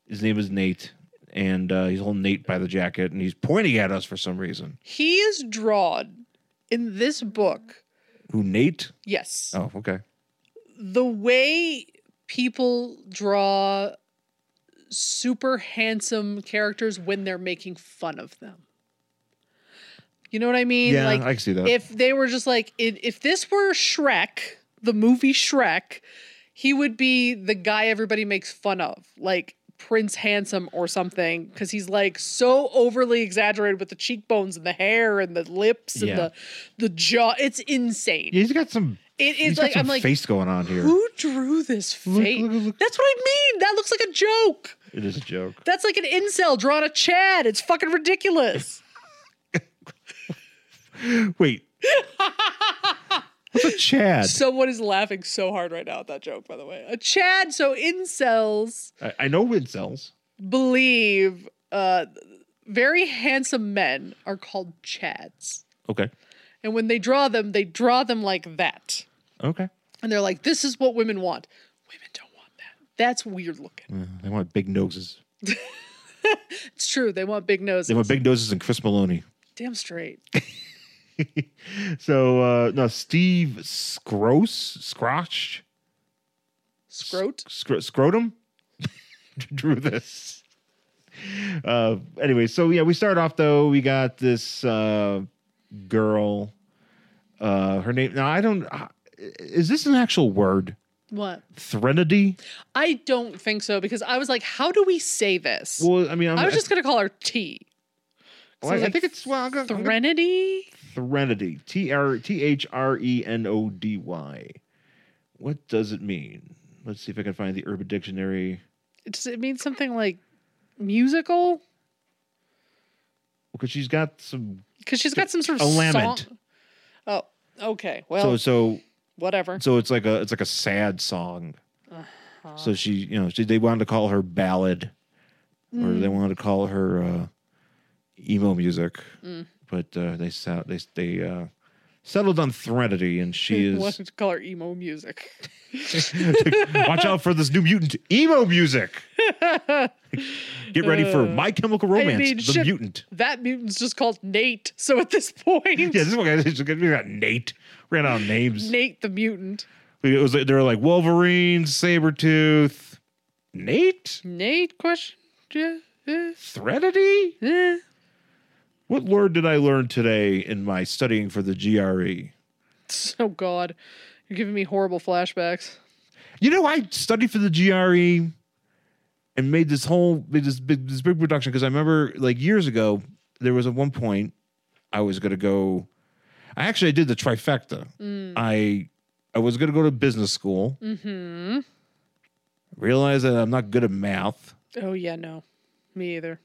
S2: His name is Nate, and uh, he's holding Nate by the jacket, and he's pointing at us for some reason.
S1: he is drawn in this book.
S2: Who Nate?
S1: Yes.
S2: Oh, okay.
S1: the way people draw super handsome characters when they're making fun of them. You know what I mean?
S2: Yeah,
S1: like
S2: I can see that.
S1: if they were just like i- if this were Shrek, the movie Shrek, he would be the guy everybody makes fun of, like Prince Handsome or something, because he's like so overly exaggerated with the cheekbones and the hair and the lips and
S2: Yeah.
S1: the the jaw. It's insane.
S2: Yeah, he's got some.
S1: It
S2: he's
S1: is
S2: got
S1: like
S2: some
S1: I'm like
S2: face going on here.
S1: who drew this
S2: Look,
S1: face?
S2: look, look.
S1: That's what I mean. That looks like a joke.
S2: It is a joke.
S1: That's like an incel drawn a Chad. It's fucking ridiculous.
S2: Wait. What's a Chad?
S1: Someone is laughing so hard right now at that joke, by the way. A Chad, so incels
S2: I, I know incels.
S1: believe uh, very handsome men are called Chads.
S2: Okay.
S1: And when they draw them, they draw them like that.
S2: Okay.
S1: And they're like, this is what women want. Women don't want that. That's weird looking.
S2: They want big noses.
S1: It's true. They want big noses.
S2: They want big noses and Chris Maloney.
S1: Damn straight.
S2: So uh no, Steve Scroce Scrotch
S1: Scrote.
S2: Scr- Scrotum drew this. Uh anyway, so yeah, we start off though. We got this uh girl. Uh her name now I don't uh, is this an actual word?
S1: What?
S2: Threnody?
S1: I don't think so because I was like, how do we say this?
S2: Well, I mean, I'm,
S1: I was just gonna call her T.
S2: Well, I,
S1: so,
S2: I
S1: like,
S2: think it's well. I'm gonna, I'm gonna-
S1: Threnody.
S2: Threnody. T R T H R E N O D Y. What does it mean? Let's see if I can find the Urban Dictionary.
S1: Does it mean something like musical?
S2: because she's got some.
S1: Because she's got some sort
S2: A
S1: of
S2: lament.
S1: song. Oh, okay. Well,
S2: so so
S1: whatever.
S2: so it's like a it's like a sad song.
S1: Uh-huh.
S2: So she you know she, they wanted to call her ballad, or
S1: Mm.
S2: they wanted to call her uh, emo music,
S1: Mm.
S2: but uh, they sou- they they uh, settled on threnody, and she
S1: What
S2: is
S1: to call her emo music?
S2: watch out for this new mutant emo music. Get ready for My Chemical Romance,
S1: Uh, mean,
S2: the
S1: shit.
S2: mutant.
S1: That mutant's just called Nate. So at this point,
S2: Yeah, this one guy is gonna be got Nate. Ran out of names.
S1: Nate the mutant.
S2: It was like, they were like Wolverine, Sabretooth, Nate,
S1: Nate question? Yeah. eh,
S2: Threnody.
S1: eh.
S2: What lord did I learn today in my studying for the E? GRE?
S1: Oh God, you're giving me horrible flashbacks.
S2: You know, I studied for the GRE and made this whole made this big this big production because I remember like years ago there was at one point I was gonna go. I actually did the trifecta. I I was gonna go to business school. Mm-hmm. Realized that I'm not good at math.
S1: Oh yeah, no, me either.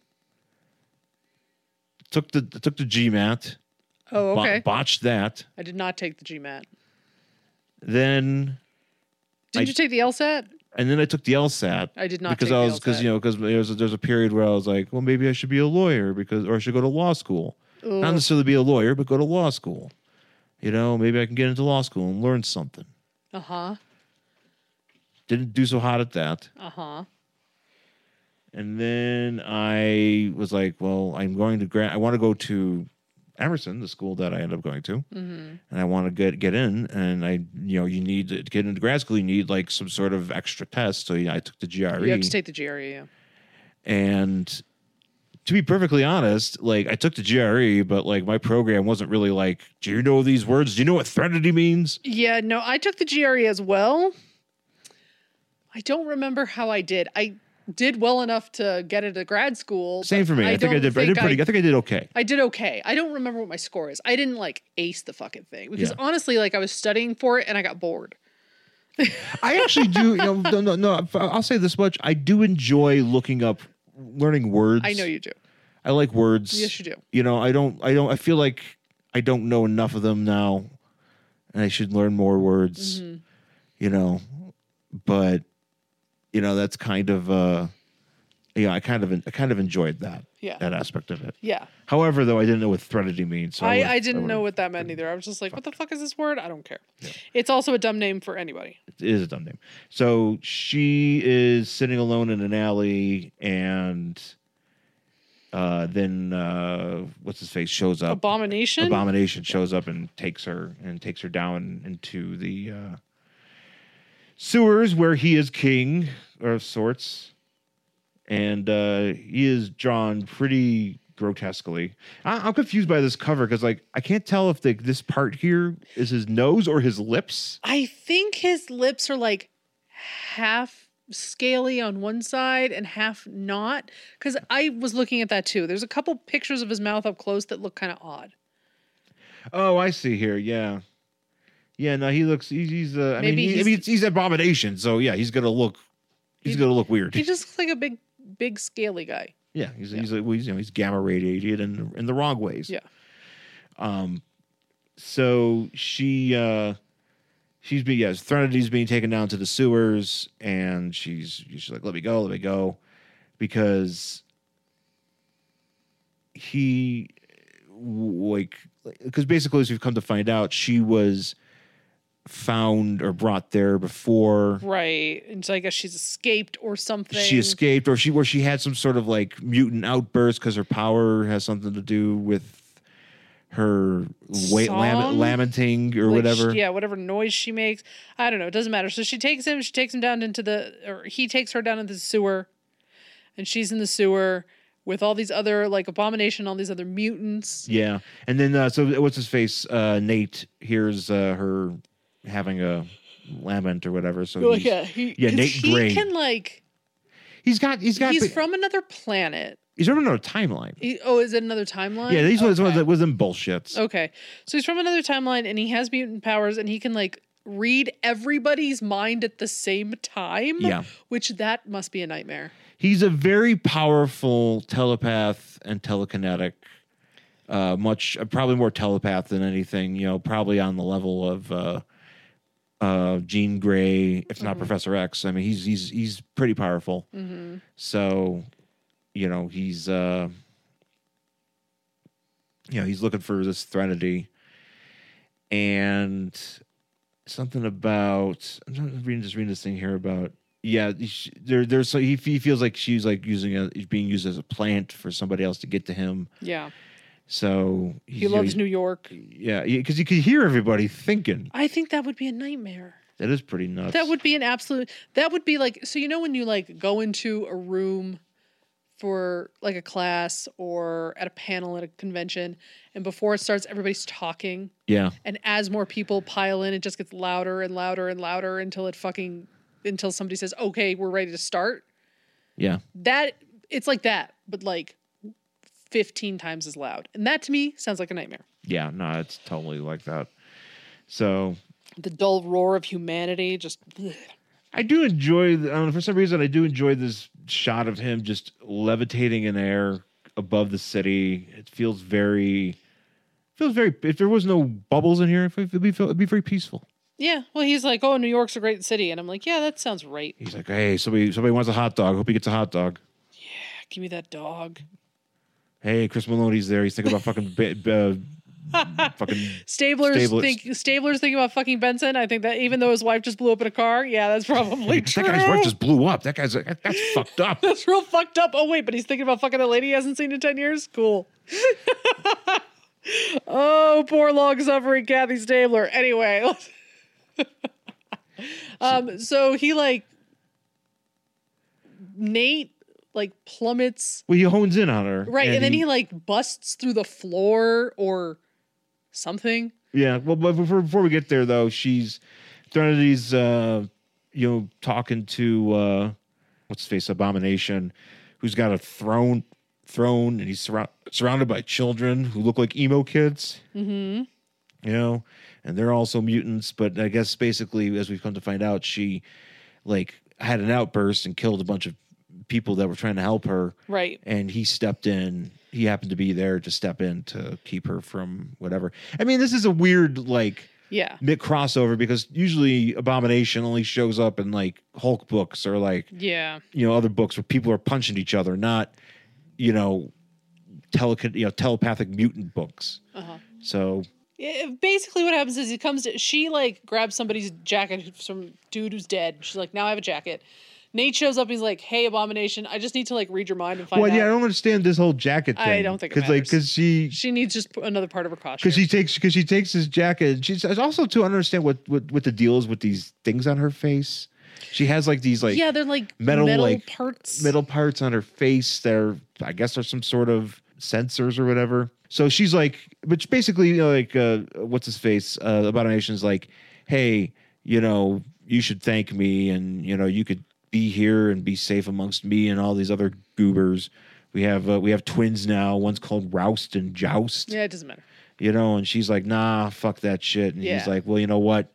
S2: Took the took the GMAT.
S1: Oh
S2: bo-
S1: okay,
S2: botched that.
S1: I did not take the GMAT.
S2: Then
S1: Did you take the LSAT?
S2: and then I took the LSAT.
S1: I did not
S2: because
S1: take
S2: I
S1: the
S2: was because
S1: LSAT.
S2: you know because there's a, there's a period where I was like, well, maybe I should be a lawyer because or I should go to law school. Not necessarily be a lawyer, but go to law school. You know, maybe I can get into law school and learn something.
S1: Uh huh.
S2: Didn't do so hot at that.
S1: Uh huh.
S2: And then I was like, well, I'm going to grad. I want to go to Emerson, the school that I end up going to,
S1: Mm-hmm.
S2: and I want to get get in. And I, you know, you need to get into grad school. You need like some sort of extra test. So yeah, I took the E. GRE.
S1: You have to take the E GRE. Yeah.
S2: and to be perfectly honest, like I took the GRE, but like my program wasn't really like, do you know these words? Do you know what threnody means?
S1: Yeah, no, I took the GRE as well. I don't remember how I did. I did well enough to get into grad school.
S2: Same
S1: but
S2: for me. I, think I
S1: don't
S2: did. I did pretty. I, think I did okay.
S1: I did okay. I don't remember what my score is. I didn't like ace the fucking thing because
S2: Yeah.
S1: honestly, like I was studying for it and I got bored.
S2: I actually do. You know, no, no, no. I'll say this much: I do enjoy looking up, learning words.
S1: I know you do.
S2: I like words.
S1: Mm-hmm. Yes, you do.
S2: You know, I don't. I don't. I feel like I don't know enough of them now, and I should learn more words.
S1: Mm-hmm.
S2: You know, but you know that's kind of uh, yeah. I kind of I kind of enjoyed that.
S1: Yeah.
S2: that aspect of it.
S1: Yeah.
S2: However, though, I didn't know what threnody means. So
S1: I,
S2: Oh, would've-
S1: I didn't know
S2: would've-
S1: what that meant either. I was just like, what the fuck is this word? I don't care. It's also a dumb name for anybody.
S2: it is a dumb name. So she is sitting alone in an alley, and uh, then uh, what's his face shows up.
S1: Abomination.
S2: Abomination shows up and takes her and takes her down into the uh, sewers where he is king or of sorts, and uh, he is drawn pretty grotesquely. I- I'm confused by this cover because like I can't tell if the, this part here is his nose or his lips.
S1: I think his lips are like half scaly on one side and half not. Because I was looking at that too. There's a couple pictures of his mouth up close that look kind of odd.
S2: Oh, I see here. Yeah. Yeah, no, he looks. He's. he's uh, I mean,
S1: Maybe
S2: he- I
S1: he's-
S2: mean, it's- he's abomination. So yeah, he's gonna look. He's
S1: He-
S2: gonna look weird.
S1: He just looks like a big, big scaly guy.
S2: Yeah, he's, he's like well, he's, you know he's gamma radiated in in the wrong ways.
S1: Yeah.
S2: Um, so she uh, she's being yes, Threnity's being taken down to the sewers, and she's she's like, let me go, let me go, because he w- like because basically as we've come to find out, she was found or brought there before
S1: Right. And so I guess she's escaped or something.
S2: she escaped or she where she had some sort of like mutant outburst because her power has something to do with her wait
S1: Song?
S2: lam- lamenting or
S1: Like, she-
S2: whatever
S1: yeah, whatever noise she makes. I don't know. It doesn't matter. So she takes him. She takes him down into the, or he takes her down into the sewer, and she's in the sewer with all these other like abomination, all these other mutants.
S2: Yeah. and then uh, so what's his face uh nate hears uh, her having a lament or whatever so
S1: Well,
S2: he's,
S1: yeah, he,
S2: yeah,
S1: 'cause
S2: Nate
S1: he
S2: Gray.
S1: can like
S2: he's got he's got
S1: he's
S2: he's,
S1: from another planet.
S2: from another timeline
S1: He, oh, is it another timeline?
S2: yeah he's one of
S1: okay.
S2: those was them bullshits
S1: Okay, so he's from another timeline, and he has mutant powers, and he can like read everybody's mind at the same time.
S2: Yeah.
S1: Which that must be a nightmare.
S2: He's a very powerful telepath and telekinetic. Uh, much uh, probably more telepath than anything. You know, probably on the level of uh, uh, Jean Grey, if not Professor X. I mean, he's he's he's pretty powerful.
S1: Mm-hmm.
S2: So, you know, he's uh, you know he's looking for this threnody, and something about I'm trying to read, just reading this thing here about yeah she- there there's so he, he feels like she's like using a being used as a plant for somebody else to get to him
S1: Yeah.
S2: so he's,
S1: He
S2: you know,
S1: loves
S2: he-
S1: New York.
S2: yeah because you could hear everybody thinking
S1: I think that would be a nightmare.
S2: that is pretty nuts
S1: That would be an absolute. That would be like so. You know when you like go into a room for like a class or at a panel at a convention, and before it starts, everybody's talking,
S2: yeah
S1: and as more people pile in, it just gets louder and louder and louder until it fucking until somebody says, "Okay, we're ready to start."
S2: yeah
S1: That it's like that, but like fifteen times as loud, and that to me sounds like a nightmare.
S2: yeah no it's totally like that so
S1: The dull roar of humanity just.
S2: I do enjoy. the- I don't know, for some reason, I do enjoy this shot of him just levitating in air above the city. It feels very, feels very. If there was no bubbles in here, it would be, it'd be very peaceful.
S1: Yeah, well, he's like, "Oh, New York's a great city," and I'm like, "Yeah, that sounds right."
S2: He's like, hey, somebody, somebody wants a hot dog. Hope he gets a hot dog.
S1: Give me that dog.
S2: Hey, Chris Maloney's there. He's thinking about fucking, ba- ba- fucking.
S1: Stabler's
S2: Stabler-
S1: think Stabler's thinking about fucking Benson. I think that even though his wife just blew up in a car, yeah, that's probably
S2: That
S1: true.
S2: guy's wife just blew up. That guy's like, that's fucked up.
S1: that's real fucked up. Oh wait, but he's thinking about fucking a lady he hasn't seen in ten years. Cool. oh, poor long suffering Kathy Stabler. Anyway, um, so he like Nate like plummets
S2: Well, he hones in on her,
S1: right, and, then he like busts through the floor or something.
S2: Yeah. Well, but before, before we get there, though, she's Threnity's, uh, you know, talking to uh, what's his face Abomination, who's got a throne, throne, and he's surround, surrounded by children who look like emo kids. Mm-hmm. You know, and they're also mutants. But I guess basically, as we've come to find out, she like had an outburst and killed a bunch of people that were trying to help her
S1: Right.
S2: and he stepped in. He happened to be there to step in to keep her from whatever. I mean, this is a weird like
S1: Yeah.
S2: mid crossover because usually Abomination only shows up in like Hulk books or like
S1: Yeah.
S2: you know other books where people are punching each other, not you know tele you know telepathic mutant books.
S1: Uh-huh.
S2: So
S1: Yeah, basically what happens is he comes to she like grabs somebody's jacket who- some dude who's dead she's like now i have a jacket nate shows up he's like hey abomination i just need to like read your mind and find
S2: well,
S1: out
S2: yeah, I don't understand this whole jacket thing.
S1: I don't think it
S2: because like
S1: matters.
S2: because she
S1: she needs just p- another part of her costume
S2: because she takes because she takes his jacket. And she's I also to understand what, what what the deal is with these things on her face. She has like these like
S1: yeah they're like metal,
S2: metal, like,
S1: parts
S2: metal parts on her face. They're I guess are some sort of sensors or whatever. So she's like, which basically you know, like uh, what's his face uh, Abomination's like, hey, you know, you should thank me, and you know, you could be here and be safe amongst me and all these other goobers. We have uh, we have twins now. One's called Roust and Joust
S1: yeah it doesn't matter
S2: you know, and she's like, nah, fuck that shit. And
S1: Yeah.
S2: he's like, well, you know what?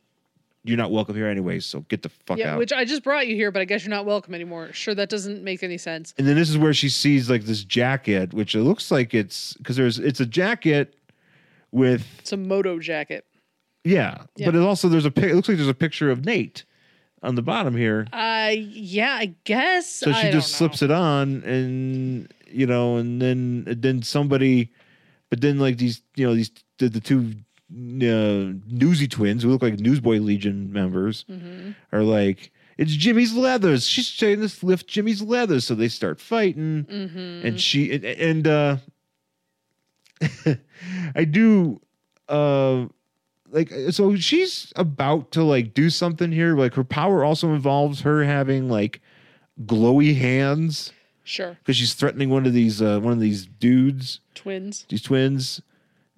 S2: You're not welcome here anyway, so get the fuck
S1: yeah
S2: out.
S1: which i just brought you here but i guess you're not welcome anymore sure that doesn't make any sense
S2: and then this is where she sees like this jacket, which it looks like it's because there's it's a jacket with
S1: it's a moto jacket
S2: yeah,
S1: Yeah.
S2: but it also there's a pic. It looks like there's a picture of Nate on the bottom here.
S1: uh yeah i guess
S2: So she just slips it on, and you know, and then then somebody, but then like these, you know, these the, the two uh, newsy twins who look like Newsboy Legion members
S1: Mm-hmm.
S2: are like, it's Jimmy's leathers. She's trying to lift Jimmy's leathers, so they start fighting,
S1: Mm-hmm.
S2: and she and, and uh, I do, uh, like so she's about to like do something here. Like her power also involves her having like glowy hands
S1: sure
S2: because she's threatening one of these uh, one of these dudes,
S1: twins
S2: these twins,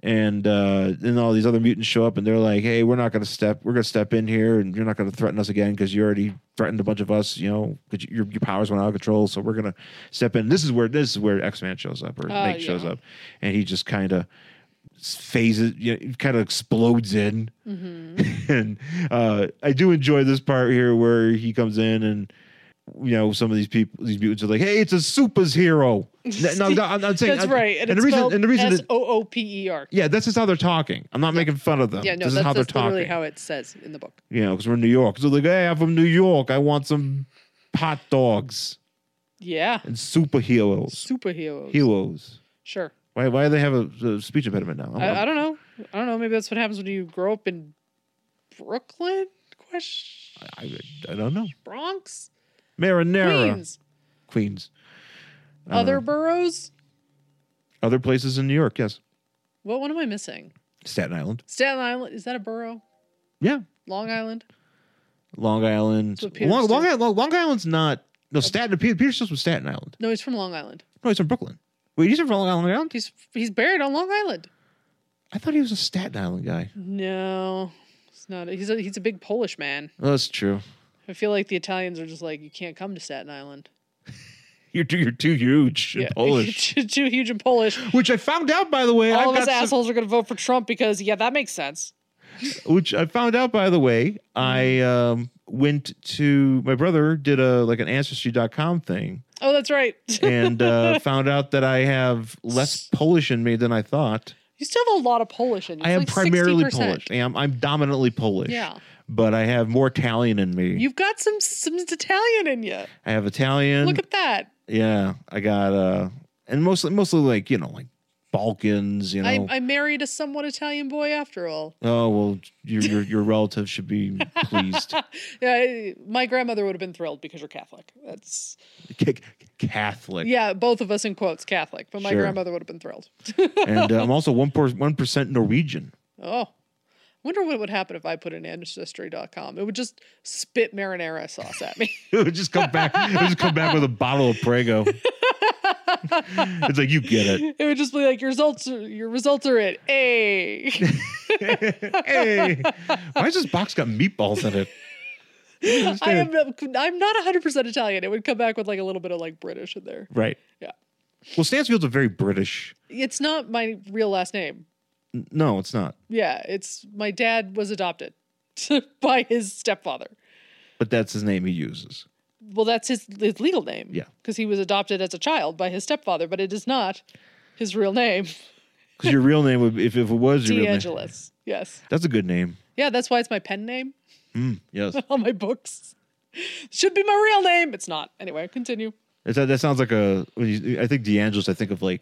S2: and uh, then all these other mutants show up and they're like, "Hey, we're not going to step, we're going to step in here, and you're not going to threaten us again because you already threatened a bunch of us, you know, because your your powers went out of control, so we're going to step in." This is where this is where X Man shows up or
S1: Oh,
S2: Nate shows
S1: yeah.
S2: up, and he just kind of phases you know, it kind of explodes in and uh, i do enjoy this part here where he comes in and you know some of these people these mutants are like hey it's a superhero no, no i'm not saying
S1: That's right. And,
S2: and the reason and the reason
S1: S
S2: that-
S1: O O P E R.
S2: yeah that's just how they're talking i'm not making fun of them
S1: Yeah, no,
S2: this
S1: that's,
S2: is how they're
S1: that's literally
S2: talking
S1: how it says in the book.
S2: you know because we're in new york so like hey i'm from new york i want some hot dogs
S1: Yeah.
S2: and superheroes
S1: Superheroes.
S2: heroes
S1: Sure.
S2: why why do they have a, a speech impediment now
S1: I, I don't know. I don't know. Maybe that's what happens when you grow up in Brooklyn? Question
S2: I, I don't know
S1: Bronx?
S2: marinara
S1: Queens.
S2: Queens. I don't
S1: Other
S2: know.
S1: boroughs?
S2: other places in New York, yes.
S1: What one am I missing?
S2: Staten Island.
S1: Staten Island is that a borough?
S2: Yeah.
S1: Long Island?
S2: Long Island.
S1: That's what Peter's
S2: Long, Long,
S1: doing.
S2: Island Long, Long Island's not no Staten Peter, Peter's just from Staten Island.
S1: No, he's from Long Island.
S2: No, he's from Brooklyn. Wait, he's from Long Island?
S1: He's he's buried on Long Island.
S2: I thought he was a Staten Island guy.
S1: No, it's not. He's a he's a big Polish man.
S2: Well, that's true.
S1: I feel like the Italians are just like you can't come to Staten Island.
S2: You're too, you're too huge and Polish.
S1: too, too huge and Polish.
S2: Which I found out by the way.
S1: All
S2: I've
S1: of us
S2: got some-
S1: assholes are going to vote for Trump because yeah, that makes sense.
S2: which I found out by the way. I um, went to my brother did a like an ancestry.com thing
S1: Oh, that's right.
S2: and uh, found out that I have less Polish in me than I thought.
S1: you still have a lot of Polish in you.
S2: I am
S1: It's like
S2: primarily
S1: 60%.
S2: Polish. I am, I'm dominantly Polish.
S1: Yeah.
S2: But I have more Italian in me.
S1: You've got some some Italian in you.
S2: I have Italian.
S1: Look at that.
S2: yeah. I got uh and mostly mostly like, you know, like Balkans, you know.
S1: I, I married a somewhat Italian boy after all.
S2: oh well your your your relatives should be pleased.
S1: Yeah, I- my grandmother would have been thrilled because you're Catholic. That's
S2: C- Catholic.
S1: yeah, both of us in quotes Catholic, but my
S2: Sure.
S1: grandmother would have been thrilled.
S2: And uh, I'm also one percent Norwegian.
S1: Oh. Wonder what would happen if I put in ancestry.com. It would just spit marinara sauce at me.
S2: It would just come back it would just come back with a bottle of Prego. it's like you get it.
S1: it would just be like your results are, your results are it. Hey.
S2: Hey. Why has this box got meatballs in it?
S1: I am not- I'm not 100% Italian. It would come back with like a little bit of like British in there.
S2: Right.
S1: Yeah.
S2: Well, Stansfield's a very British.
S1: It's not my real last name.
S2: N- No, it's not.
S1: Yeah, it's my dad was adopted by his stepfather.
S2: But that's his name he uses.
S1: Well, that's his, his legal name.
S2: Yeah.
S1: Because he was adopted as a child by his stepfather, but it is not his real name.
S2: Because your real name would, if, if it was your real name,
S1: DeAngelis. Yes.
S2: that's a good name.
S1: Yeah, that's why it's my pen name.
S2: Yes,
S1: on my books. Should be my real name. It's not. Anyway, continue.
S2: it's, that sounds like a. When you, I think DeAngelis. I think of like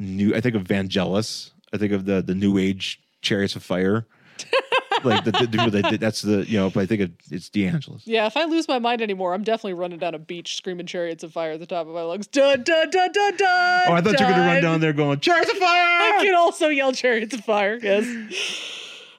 S2: new. I think of Vangelis. I think of the the New Age Chariots of Fire. like the, the, people that did, that's the you know. But I think it, it's DeAngelis.
S1: Yeah, if I lose my mind anymore, I'm definitely running down a beach screaming chariots of fire at the top of my lungs. Dun dun dun dun dun.
S2: Oh, I thought you were gonna run
S1: dun.
S2: down there going Chariots of
S1: I
S2: Fire.
S1: can also yell chariots of fire. Yes.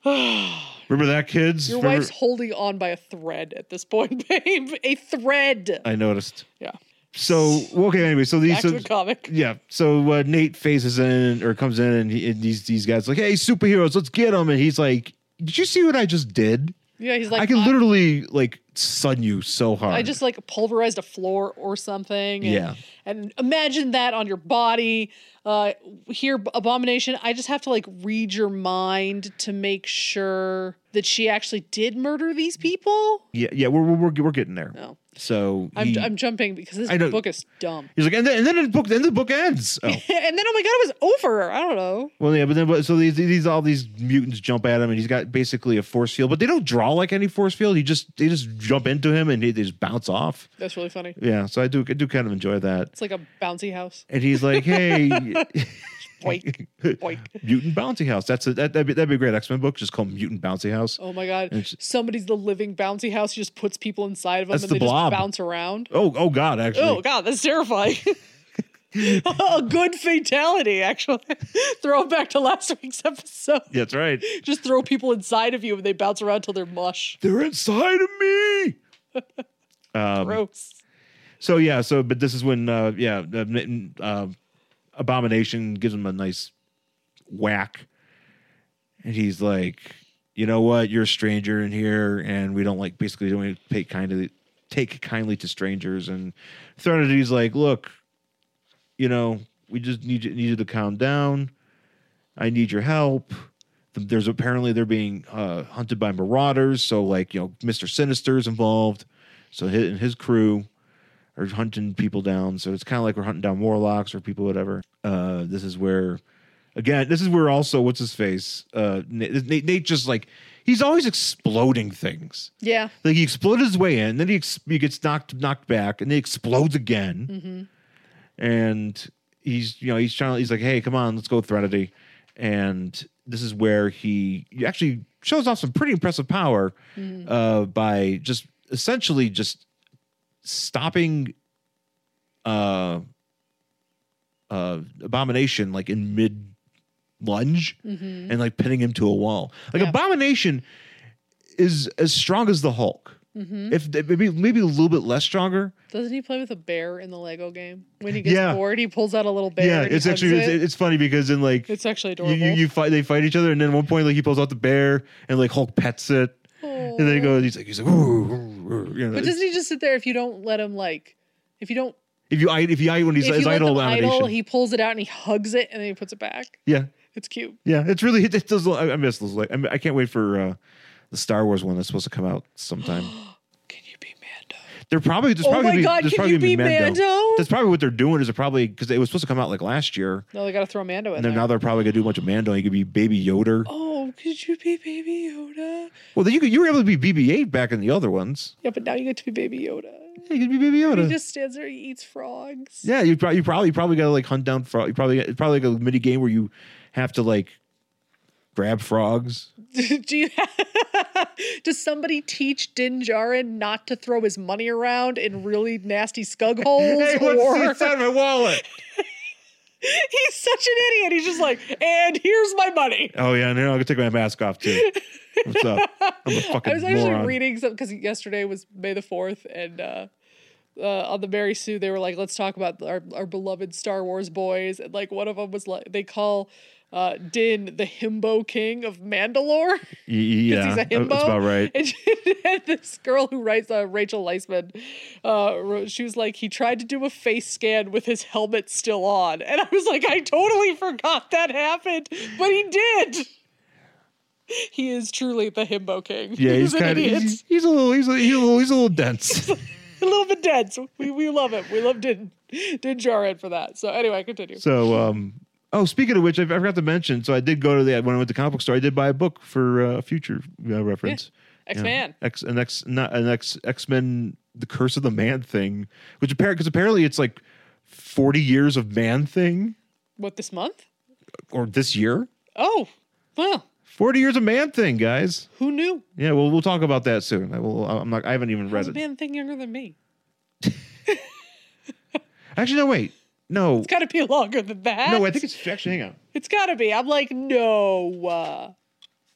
S2: Remember that, kids.
S1: Your
S2: Remember-
S1: wife's holding on by a thread at this point, babe. A thread.
S2: I noticed.
S1: Yeah.
S2: So well, okay. Anyway, so these
S1: Back
S2: so,
S1: to a comic.
S2: Yeah. So uh, Nate faces in or comes in, and, he, and these these guys like, "Hey, superheroes, let's get them!" And he's like, "Did you see what I just did?
S1: Yeah, he's like
S2: I can
S1: I,
S2: literally like sun you so hard."
S1: I just like pulverized a floor or something. And,
S2: Yeah.
S1: And imagine that on your body. Uh, here, Abomination, I just have to like read your mind to make sure that she actually did murder these people.
S2: yeah yeah we're we're, we're, we're getting there.
S1: No,
S2: So
S1: I'm,
S2: he-
S1: Oh. I'm jumping because this
S2: I don't-
S1: book is dumb.
S2: he's like, and then and then the book then the book ends. Oh.
S1: and then, oh my God, it was over. I don't know.
S2: Well, yeah, but then but, so these these all these mutants jump at him, and he's got basically a force field, but they don't draw like any force field. He just they just jump into him, and he, they just bounce off.
S1: That's really funny.
S2: Yeah, so I do I do kind of enjoy that.
S1: It's like a bouncy house.
S2: And he's like, "Hey,
S1: Boink, boink.
S2: Mutant Bouncy House. That's a, that, that'd, be, that'd be a great X Men book. Just call Mutant Bouncy House.
S1: Oh my God.
S2: It's-
S1: Somebody's the living bouncy house. He just puts people inside of them
S2: That's
S1: and they
S2: the blob.
S1: just bounce around.
S2: Oh, oh God, actually.
S1: Oh god, that's terrifying. a good fatality, actually. throw it back to last week's episode.
S2: Yeah, That's right.
S1: Just throw people inside of you and they bounce around till they're mush.
S2: They're inside of me. Um,
S1: Gross.
S2: So yeah, so but this is when uh yeah, uh, Mitten, uh, Abomination gives him a nice whack, and he's like, you know what, you're a stranger in here, and we don't like basically don't take kindly take kindly to strangers. And Thornity's like, look, you know, we just need you, need you to calm down. I need your help. There's apparently they're being uh, hunted by marauders, so like you know, Mister Sinister's involved. So his and his crew are hunting people down. So it's kind of like we're hunting down warlocks or people, whatever. Uh, this is where, again, this is where also what's his face? Uh, Nate, Nate, Nate just like he's always exploding things.
S1: Yeah.
S2: Like he exploded his way in, then he ex- he gets knocked knocked back, and he explodes again. And he's you know he's trying he's like, hey, come on, let's go with Threnody. And this is where he he actually shows off some pretty impressive power uh, by just essentially just stopping uh, uh, Abomination like in mid lunge and like pinning him to a wall. Like Abomination is as strong as the Hulk.
S1: Mm-hmm.
S2: If maybe maybe a little bit less stronger.
S1: Doesn't he play with a bear in the Lego game? When he gets
S2: Yeah.
S1: bored, he pulls out a little bear.
S2: yeah,
S1: and he
S2: it's
S1: hugs
S2: actually
S1: it.
S2: it's, it's funny because in like
S1: It's actually
S2: you,
S1: adorable.
S2: you you fight they fight each other and then at one point like he pulls out the bear and like Hulk pets it and then he
S1: Aw.
S2: goes he's like he's like "Ooh, ooh, ooh," you know,
S1: But
S2: it's-
S1: doesn't he just sit there if you don't let him like if you don't
S2: if you id- if you id- when he's
S1: if
S2: his
S1: you let
S2: idol
S1: them idle,
S2: nomination
S1: he pulls it out and he hugs it and then he puts it back.
S2: yeah
S1: It's cute.
S2: yeah it's really it, it does I I miss those like I mean, I can't wait for uh, the Star Wars one that's supposed to come out sometime
S1: Can you be Mando?
S2: they're probably there's
S1: Oh my
S2: probably gonna be-
S1: God,
S2: there's
S1: can
S2: probably
S1: you
S2: gonna be
S1: be
S2: Mando.
S1: Mando?
S2: that's probably what they're doing is they're probably because it was supposed to come out like last year
S1: No, they got to throw Mando in
S2: and then
S1: there.
S2: now they're probably gonna do a bunch of Mando he could be Baby Yoda
S1: oh, could you be Baby Yoda?
S2: well then you could, you were able to be BB-8 back in the other ones
S1: Yeah, but now you get to be Baby Yoda.
S2: yeah, you could be Baby Yoda
S1: He just stands there. He eats frogs.
S2: Yeah, you probably you probably you probably gotta like hunt down frog. You probably it's probably like a mini game where you have to like grab frogs.
S1: Do you? Does somebody teach Din Djarin not to throw his money around in really nasty skug holes? or
S2: of my wallet?
S1: he's such an idiot. He's just like, and here's my money.
S2: Oh yeah, no, I can take my mask off too. What's up? I'm a fucking
S1: I was actually
S2: moron.
S1: reading something because yesterday was May the Fourth, and uh, uh, on the Mary Sue, they were like, "Let's talk about our, our beloved Star Wars boys." And like one of them was like, they call uh, Din the Himbo King of Mandalore.
S2: Y- Yeah,
S1: he's a
S2: that's
S1: himbo.
S2: about right.
S1: And, she- and this girl who writes, uh, Rachel Leisman, uh, wrote, she was like, he tried to do a face scan with his helmet still on. And I was like, I totally forgot that happened, but he did. He is truly the himbo king.
S2: Yeah, he's
S1: an
S2: kind of
S1: idiot.
S2: he's, he's a little he's a, he's a little he's a little dense.
S1: a little bit dense. We, we love it. We love Din, Din Djarin for that. So anyway, continue.
S2: So, um, oh, speaking of which, I, I forgot to mention. So I did go to the when I went to the comic book store. I did buy a book for uh, future uh, reference.
S1: X-Man.
S2: Yeah. X an X not an X X Men the Curse of the Man thing, which apparently because apparently it's like forty years of Man thing
S1: what, this month?
S2: or this year.
S1: Oh, well,
S2: Forty years of Man thing, guys.
S1: who knew?
S2: Yeah, well, we'll talk about that soon. I will. I'm not. I haven't even read
S1: How's
S2: it.
S1: man thing younger than me?
S2: Actually, no. Wait. No.
S1: It's got to be longer than that.
S2: No. I think it's actually. Hang on.
S1: It's gotta be. I'm like, no. uh,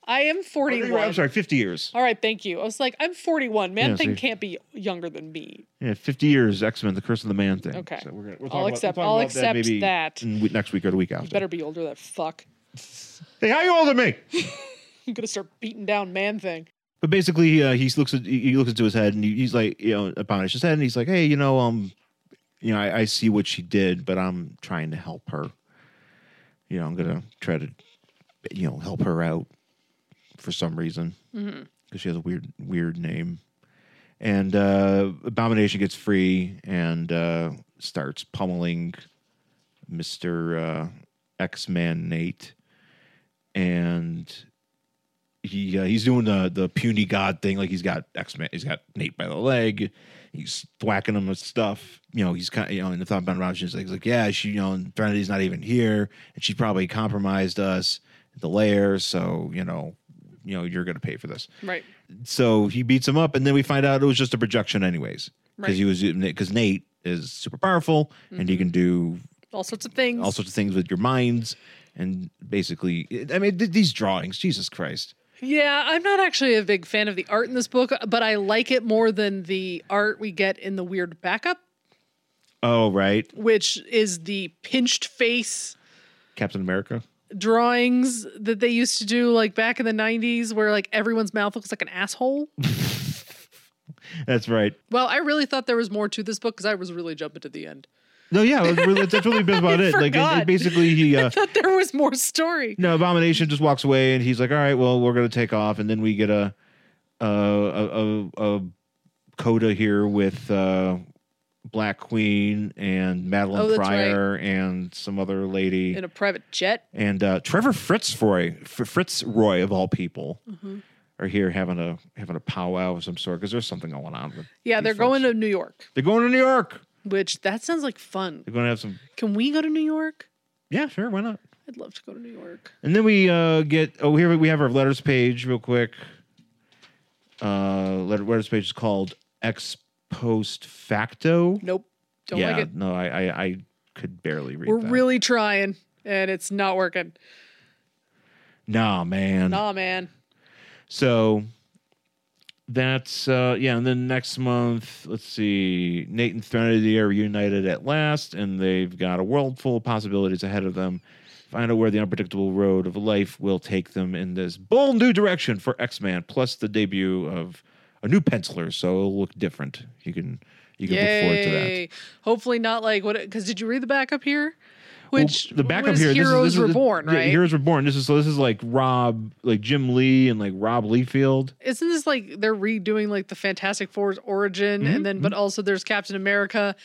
S1: I am
S2: Oh,
S1: 41.
S2: you're right, I'm sorry. Fifty years.
S1: All right, thank you. I was like, I'm 41. Man
S2: Yeah,
S1: thing
S2: see.
S1: can't be younger than me.
S2: Yeah, 50 years X Men: The Curse of the Man thing.
S1: Okay.
S2: so we're gonna,
S1: I'll accept- I'll accept that.
S2: in we- next week or the week after.
S1: You better be older, that fuck.
S2: Hey, how you older than me?
S1: I'm gonna start beating down man thing.
S2: But basically, uh, he looks at he he looks into his head and he, he's like, you know, upon his head, and he's like, hey, you know, um, you know, I, I see what she did, but I'm trying to help her. You know, I'm gonna try to, you know, help her out for some reason because she has a weird weird name. And uh, Abomination gets free and uh, starts pummeling Mister uh, X Man Nate, and he uh, he's doing the the puny god thing. Like he's got X Men, he's got Nate by the leg. He's whacking him with stuff. You know, he's kind of, you know, and the thought about Robinson is like, he's like, yeah, she, you know, and Trinity's not even here, and she probably compromised us, the lair. So you know, you know, you're gonna pay for this.
S1: Right.
S2: So he beats him up, and then we find out it was just a projection, anyways, because
S1: Right.
S2: he was because Nate is super powerful and he can do
S1: All sorts of things.
S2: all sorts of things with your minds. And basically, I mean, th- these drawings, Jesus Christ.
S1: Yeah, I'm not actually a big fan of the art in this book, but I like it more than the art we get in the weird backup,
S2: Oh, right.
S1: which is the pinched face
S2: Captain America.
S1: drawings that they used to do like back in the 90s where like everyone's mouth looks like an asshole.
S2: That's right.
S1: Well, I really thought there was more to this book because I was really jumping to the end.
S2: No, yeah, that's really, that's really been about
S1: I
S2: it. Like, it- it,
S1: forgot.
S2: basically, he uh,
S1: thought there was more story.
S2: no abomination just walks away, and he's like, "All right, well, we're gonna take off," and then we get a a a, a, a coda here with uh, Black Queen and Madeline
S1: Oh, that's
S2: Pryor and some other lady,
S1: In a private jet.
S2: and uh, Trevor Fritz Roy, Fr- Fritz Roy of all people,
S1: Mm-hmm.
S2: are here having a having a powwow of some sort because there's something going on. With
S1: Yeah,
S2: these
S1: they're
S2: folks.
S1: going to New York,
S2: They're going to New York.
S1: which that sounds like fun.
S2: They're going to have some.
S1: Can we go to New York?
S2: Yeah, sure. Why not?
S1: I'd love to go to New York.
S2: And then we uh, get oh here we have our letters page real quick. Uh, letter, letters page is called ex post facto.
S1: Nope. Don't
S2: yeah,
S1: like it.
S2: no, I, I I could barely read.
S1: We're
S2: that.
S1: really trying and it's not working.
S2: nah, man.
S1: Nah, man.
S2: So that's uh, yeah. And then next month, let's see, Nate and Threnody are reunited at last, and they've got a world full of possibilities ahead of them. Find out where the unpredictable road of life will take them in this bold new direction for X Man, plus the debut of a new penciler, so it'll look different. You can you can look forward to that.
S1: Yay. Hopefully not like what because did you read the backup here?
S2: Well,
S1: Which
S2: the backup
S1: was
S2: here, this is-
S1: Heroes
S2: this is,
S1: Reborn,
S2: yeah,
S1: right?
S2: Heroes Reborn. This is so. This is like Rob, like Jim Lee, and like Rob Leafield.
S1: Isn't this like they're redoing like the Fantastic Four's origin
S2: Mm-hmm,
S1: and then but also there's Captain America,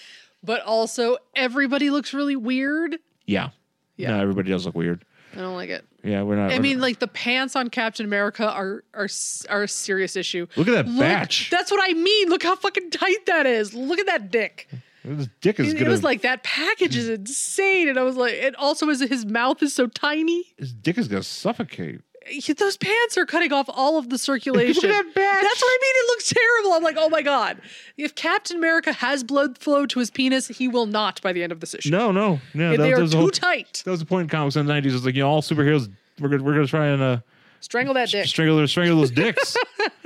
S1: but also everybody looks really weird.
S2: Yeah,
S1: Yeah.
S2: No, everybody does look weird.
S1: I don't like it.
S2: Yeah, we're not.
S1: I
S2: we're-
S1: mean, like the pants on Captain America are are s- are a serious issue.
S2: Look at that batch.
S1: That's what I mean. Look how fucking tight that is. Look at that dick.
S2: This dick is
S1: It, it
S2: gonna.
S1: was like that package is insane, and I was like, it also is his mouth is so tiny.
S2: his dick is gonna suffocate.
S1: He- Those pants are cutting off all of the circulation.
S2: Look at that batch.
S1: That's what I mean. It looks terrible. I'm like, oh my god. If Captain America has blood flow to his penis, he will not by the end of this issue.
S2: No, no, yeah.
S1: And
S2: that,
S1: they
S2: that
S1: are
S2: was
S1: too
S2: the whole,
S1: tight.
S2: that was the point in comics in the nineties. It's like you know, all superheroes. We're gonna we're gonna try and uh,
S1: Strangle that dick.
S2: strangle those strangle those dicks.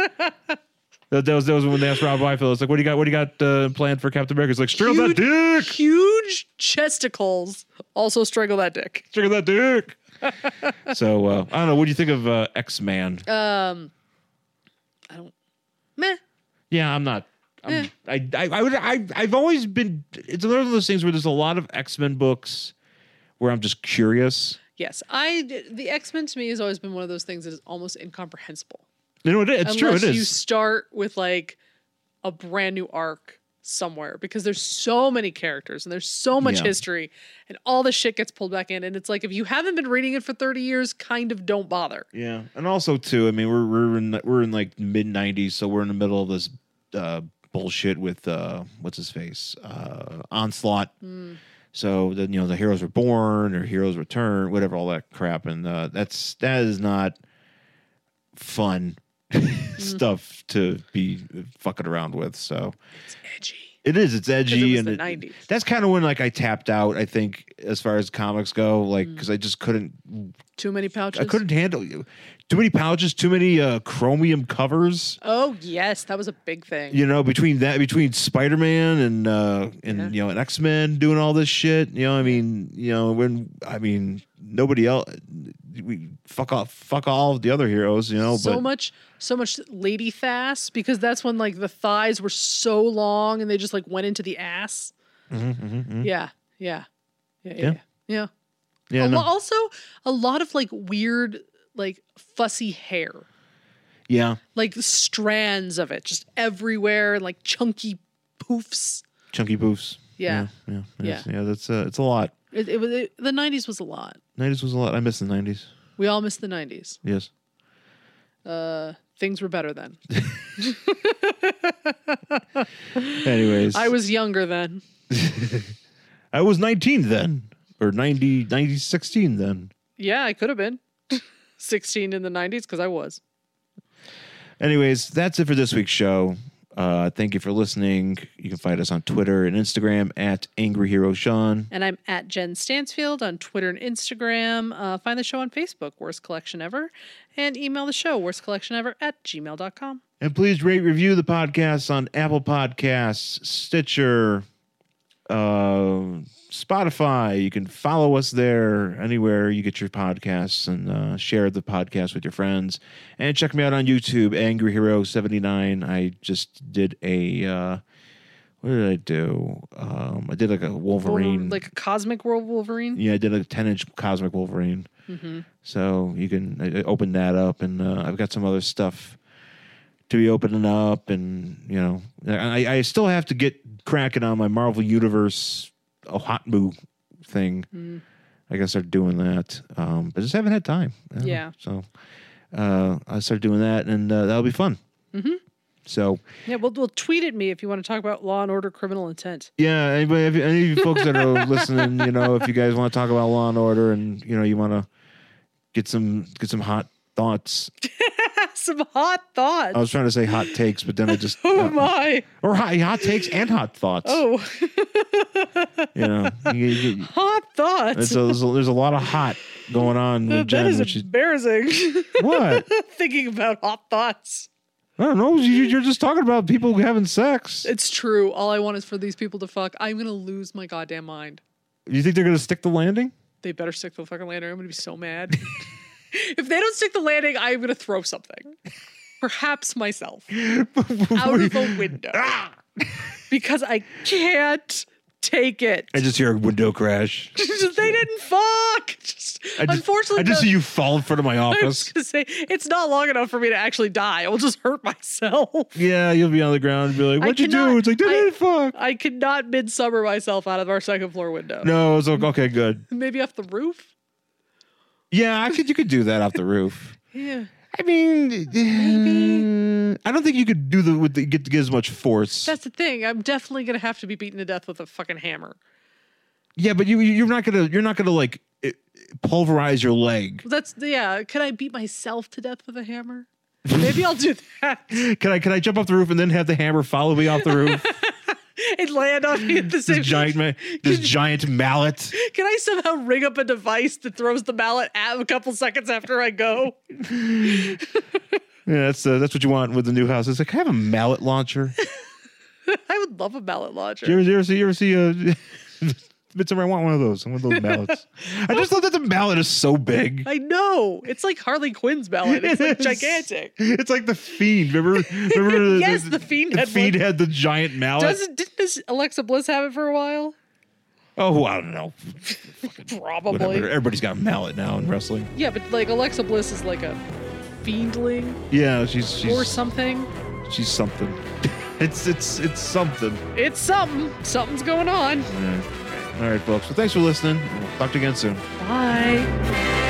S2: that, that was that was when they asked Rob Liefeld. It's like, what do you got? What do you got uh, planned for Captain America? It's like strangle that dick.
S1: Huge chesticles. Also strangle that dick.
S2: Strangle that dick. so uh, I don't know. What do you think of uh, X Man?
S1: Meh.
S2: Yeah, I'm not.
S1: eh.
S2: I'm, I, I I would I I've always been. It's another one of those things where there's a lot of X Men books where I'm just curious.
S1: Yes, I d- the X Men to me has always been one of those things that is almost incomprehensible.
S2: You know, it, it's true.
S1: Unless
S2: It is.
S1: you start with like a brand new arc somewhere because there's so many characters and there's so much
S2: Yeah.
S1: history and all this shit gets pulled back in and it's like if you haven't been reading it for 30 years kind of don't bother
S2: yeah, and also too. I mean, we're we're in we're in like mid '90s, so we're in the middle of this uh, bullshit with uh, what's his face uh, onslaught.
S1: Hmm.
S2: So then you know the heroes were born or heroes return, whatever, all that crap, and uh, that's that is not fun
S1: Hmm.
S2: stuff to be fucking around with. So
S1: it's edgy
S2: It is. It's
S1: 'Cause it
S2: edgy
S1: was
S2: and
S1: the
S2: it-
S1: 90s.
S2: That's kind of when like I tapped out. I think as far as comics go, like
S1: Hmm.
S2: because I just couldn't.
S1: too many pouches
S2: I couldn't handle you. Too many pouches. Too many uh, chromium covers.
S1: oh yes that was a big thing
S2: You know, between that, between Spider Man and uh, and you know, and X Men doing all this shit. You know, I mean, you know, when I mean, nobody else. We fuck off. Fuck all of the other heroes. You know,
S1: so
S2: Oh, but
S1: much so much lady fast because that's when like the thighs were so long and they just like went into the ass yeah yeah yeah yeah,
S2: Mm-hmm, Yeah.
S1: yeah. yeah.
S2: yeah,
S1: A
S2: no.
S1: lo- also a lot of like weird like fussy hair
S2: yeah,
S1: like strands of it just everywhere like chunky poofs
S2: chunky poofs.
S1: yeah,
S2: yeah, yeah. yeah that's uh, it's a lot.
S1: It, it was it, the 90s was a lot
S2: Nineties was a lot. I miss the nineties.
S1: we all missed the 90s
S2: Yes.
S1: things were better then
S2: Anyways,
S1: i was younger then
S2: I was 19 then, or 90, 90 16 then.
S1: yeah i could have been 16 in the 90s because i was
S2: Anyways, that's it for this week's show. Uh, thank you for listening. You can find us on Twitter and Instagram at Angry Hero Sean.
S1: And I'm at Jen Stansfield on Twitter and Instagram. Uh, find the show on Facebook, Worst Collection Ever, and email the show, worstcollectionever at gmail.com.
S2: And please rate review the podcast on Apple Podcasts, Stitcher, uh, Spotify. You can follow us there anywhere you get your podcasts and uh, share the podcast with your friends. And check me out on YouTube, Angry Hero 79. I just did a uh, what did I do? Um, I did like a
S1: Wolver-
S2: Wolverine.
S1: like a cosmic world Wolverine. Mm-hmm.
S2: yeah, I did like a ten inch Cosmic Wolverine. So you can I- I open that up, and uh, I've got some other stuff to be opening up, and you know, I, I still have to get cracking on my Marvel Universe oh, hot moo thing.
S1: Mm.
S2: I guess they're doing that, um, but just haven't had time. I don't know.
S1: Yeah.
S2: So uh, I start doing that, and uh, that'll be fun. Mm-hmm. So
S1: Yeah, well, well, tweet at me if you want to talk about Law and Order: Criminal Intent.
S2: yeah, anybody, if, any of you folks that are listening, you know, if you guys want to talk about Law and Order, and you know, you want to get some get some hot thoughts.
S1: Some hot thoughts.
S2: I was trying to say hot takes, but then I just
S1: oh my!
S2: or hot, hot takes and hot thoughts.
S1: Oh,
S2: You know, You- you- you-
S1: hot
S2: and
S1: thoughts.
S2: so there's a, there's a lot of hot going on with
S1: that
S2: Jen.
S1: is
S2: when she's-
S1: embarrassing.
S2: what?
S1: Thinking about hot thoughts.
S2: I don't know. You, you're just talking about people having sex.
S1: It's true. All I want is for these people to fuck. I'm gonna lose my goddamn mind.
S2: You think they're gonna stick the landing?
S1: They better stick to the fucking landing. I'm gonna be so mad. if they don't stick the landing, I'm gonna throw something. Perhaps myself out of a window
S2: Ah!
S1: because I can't take it.
S2: I just hear a window crash.
S1: they didn't fuck. Just,
S2: I just,
S1: unfortunately,
S2: I just
S1: the-
S2: see you fall in front of my
S1: I was
S2: office.
S1: gonna say it's not long enough for me to actually die. I will just hurt myself.
S2: Yeah, you'll be on the ground and be like,
S1: I
S2: "What'd you do?"
S1: cannot-
S2: It's like, "They
S1: I-
S2: didn't fuck."
S1: I could not midsummer myself out of our second floor window.
S2: No, it's like, okay, good.
S1: Maybe off the roof.
S2: Yeah, I could. You could do that off the roof.
S1: Yeah,
S2: I mean, eh, I don't think you could do the with the, get, get as much force.
S1: that's the thing. I'm definitely gonna have to be beaten to death with a fucking hammer.
S2: yeah, but you you're not gonna you're not gonna like eh, pulverize your leg.
S1: That's yeah. Could I beat myself to death with a hammer? Maybe I'll do that
S2: Can I can I jump off the roof and then have the hammer follow me off the roof?
S1: and land on me at the same
S2: this giant ma- this giant mallet.
S1: Can I somehow rig up a device that throws the mallet at a couple seconds after I go?
S2: Yeah, that's uh, that's what you want with the new house. It's like I have a mallet launcher.
S1: I would love a mallet launcher.
S2: You ever, you ever see? You ever see? Uh, Midsummer, I want one of those. I want those mallets. I just love that the mallet is so big.
S1: I know. It's like Harley Quinn's ballad. It's like gigantic.
S2: It's like the fiend. Remember? Remember?
S1: Yes, the Fiend
S2: The
S1: had
S2: fiend
S1: one.
S2: had the giant mallet.
S1: Doesn't didn't this Alexa Bliss have it for a while?
S2: oh, I don't know.
S1: Probably.
S2: Whatever. Everybody's got a mallet now in wrestling.
S1: Yeah, but like Alexa Bliss is like a fiendling
S2: Yeah, she's she's
S1: or something.
S2: she's something. It's it's it's something.
S1: It's something. Something's going on.
S2: All right, folks. Well, thanks for listening. We'll talk to you again soon.
S1: Bye.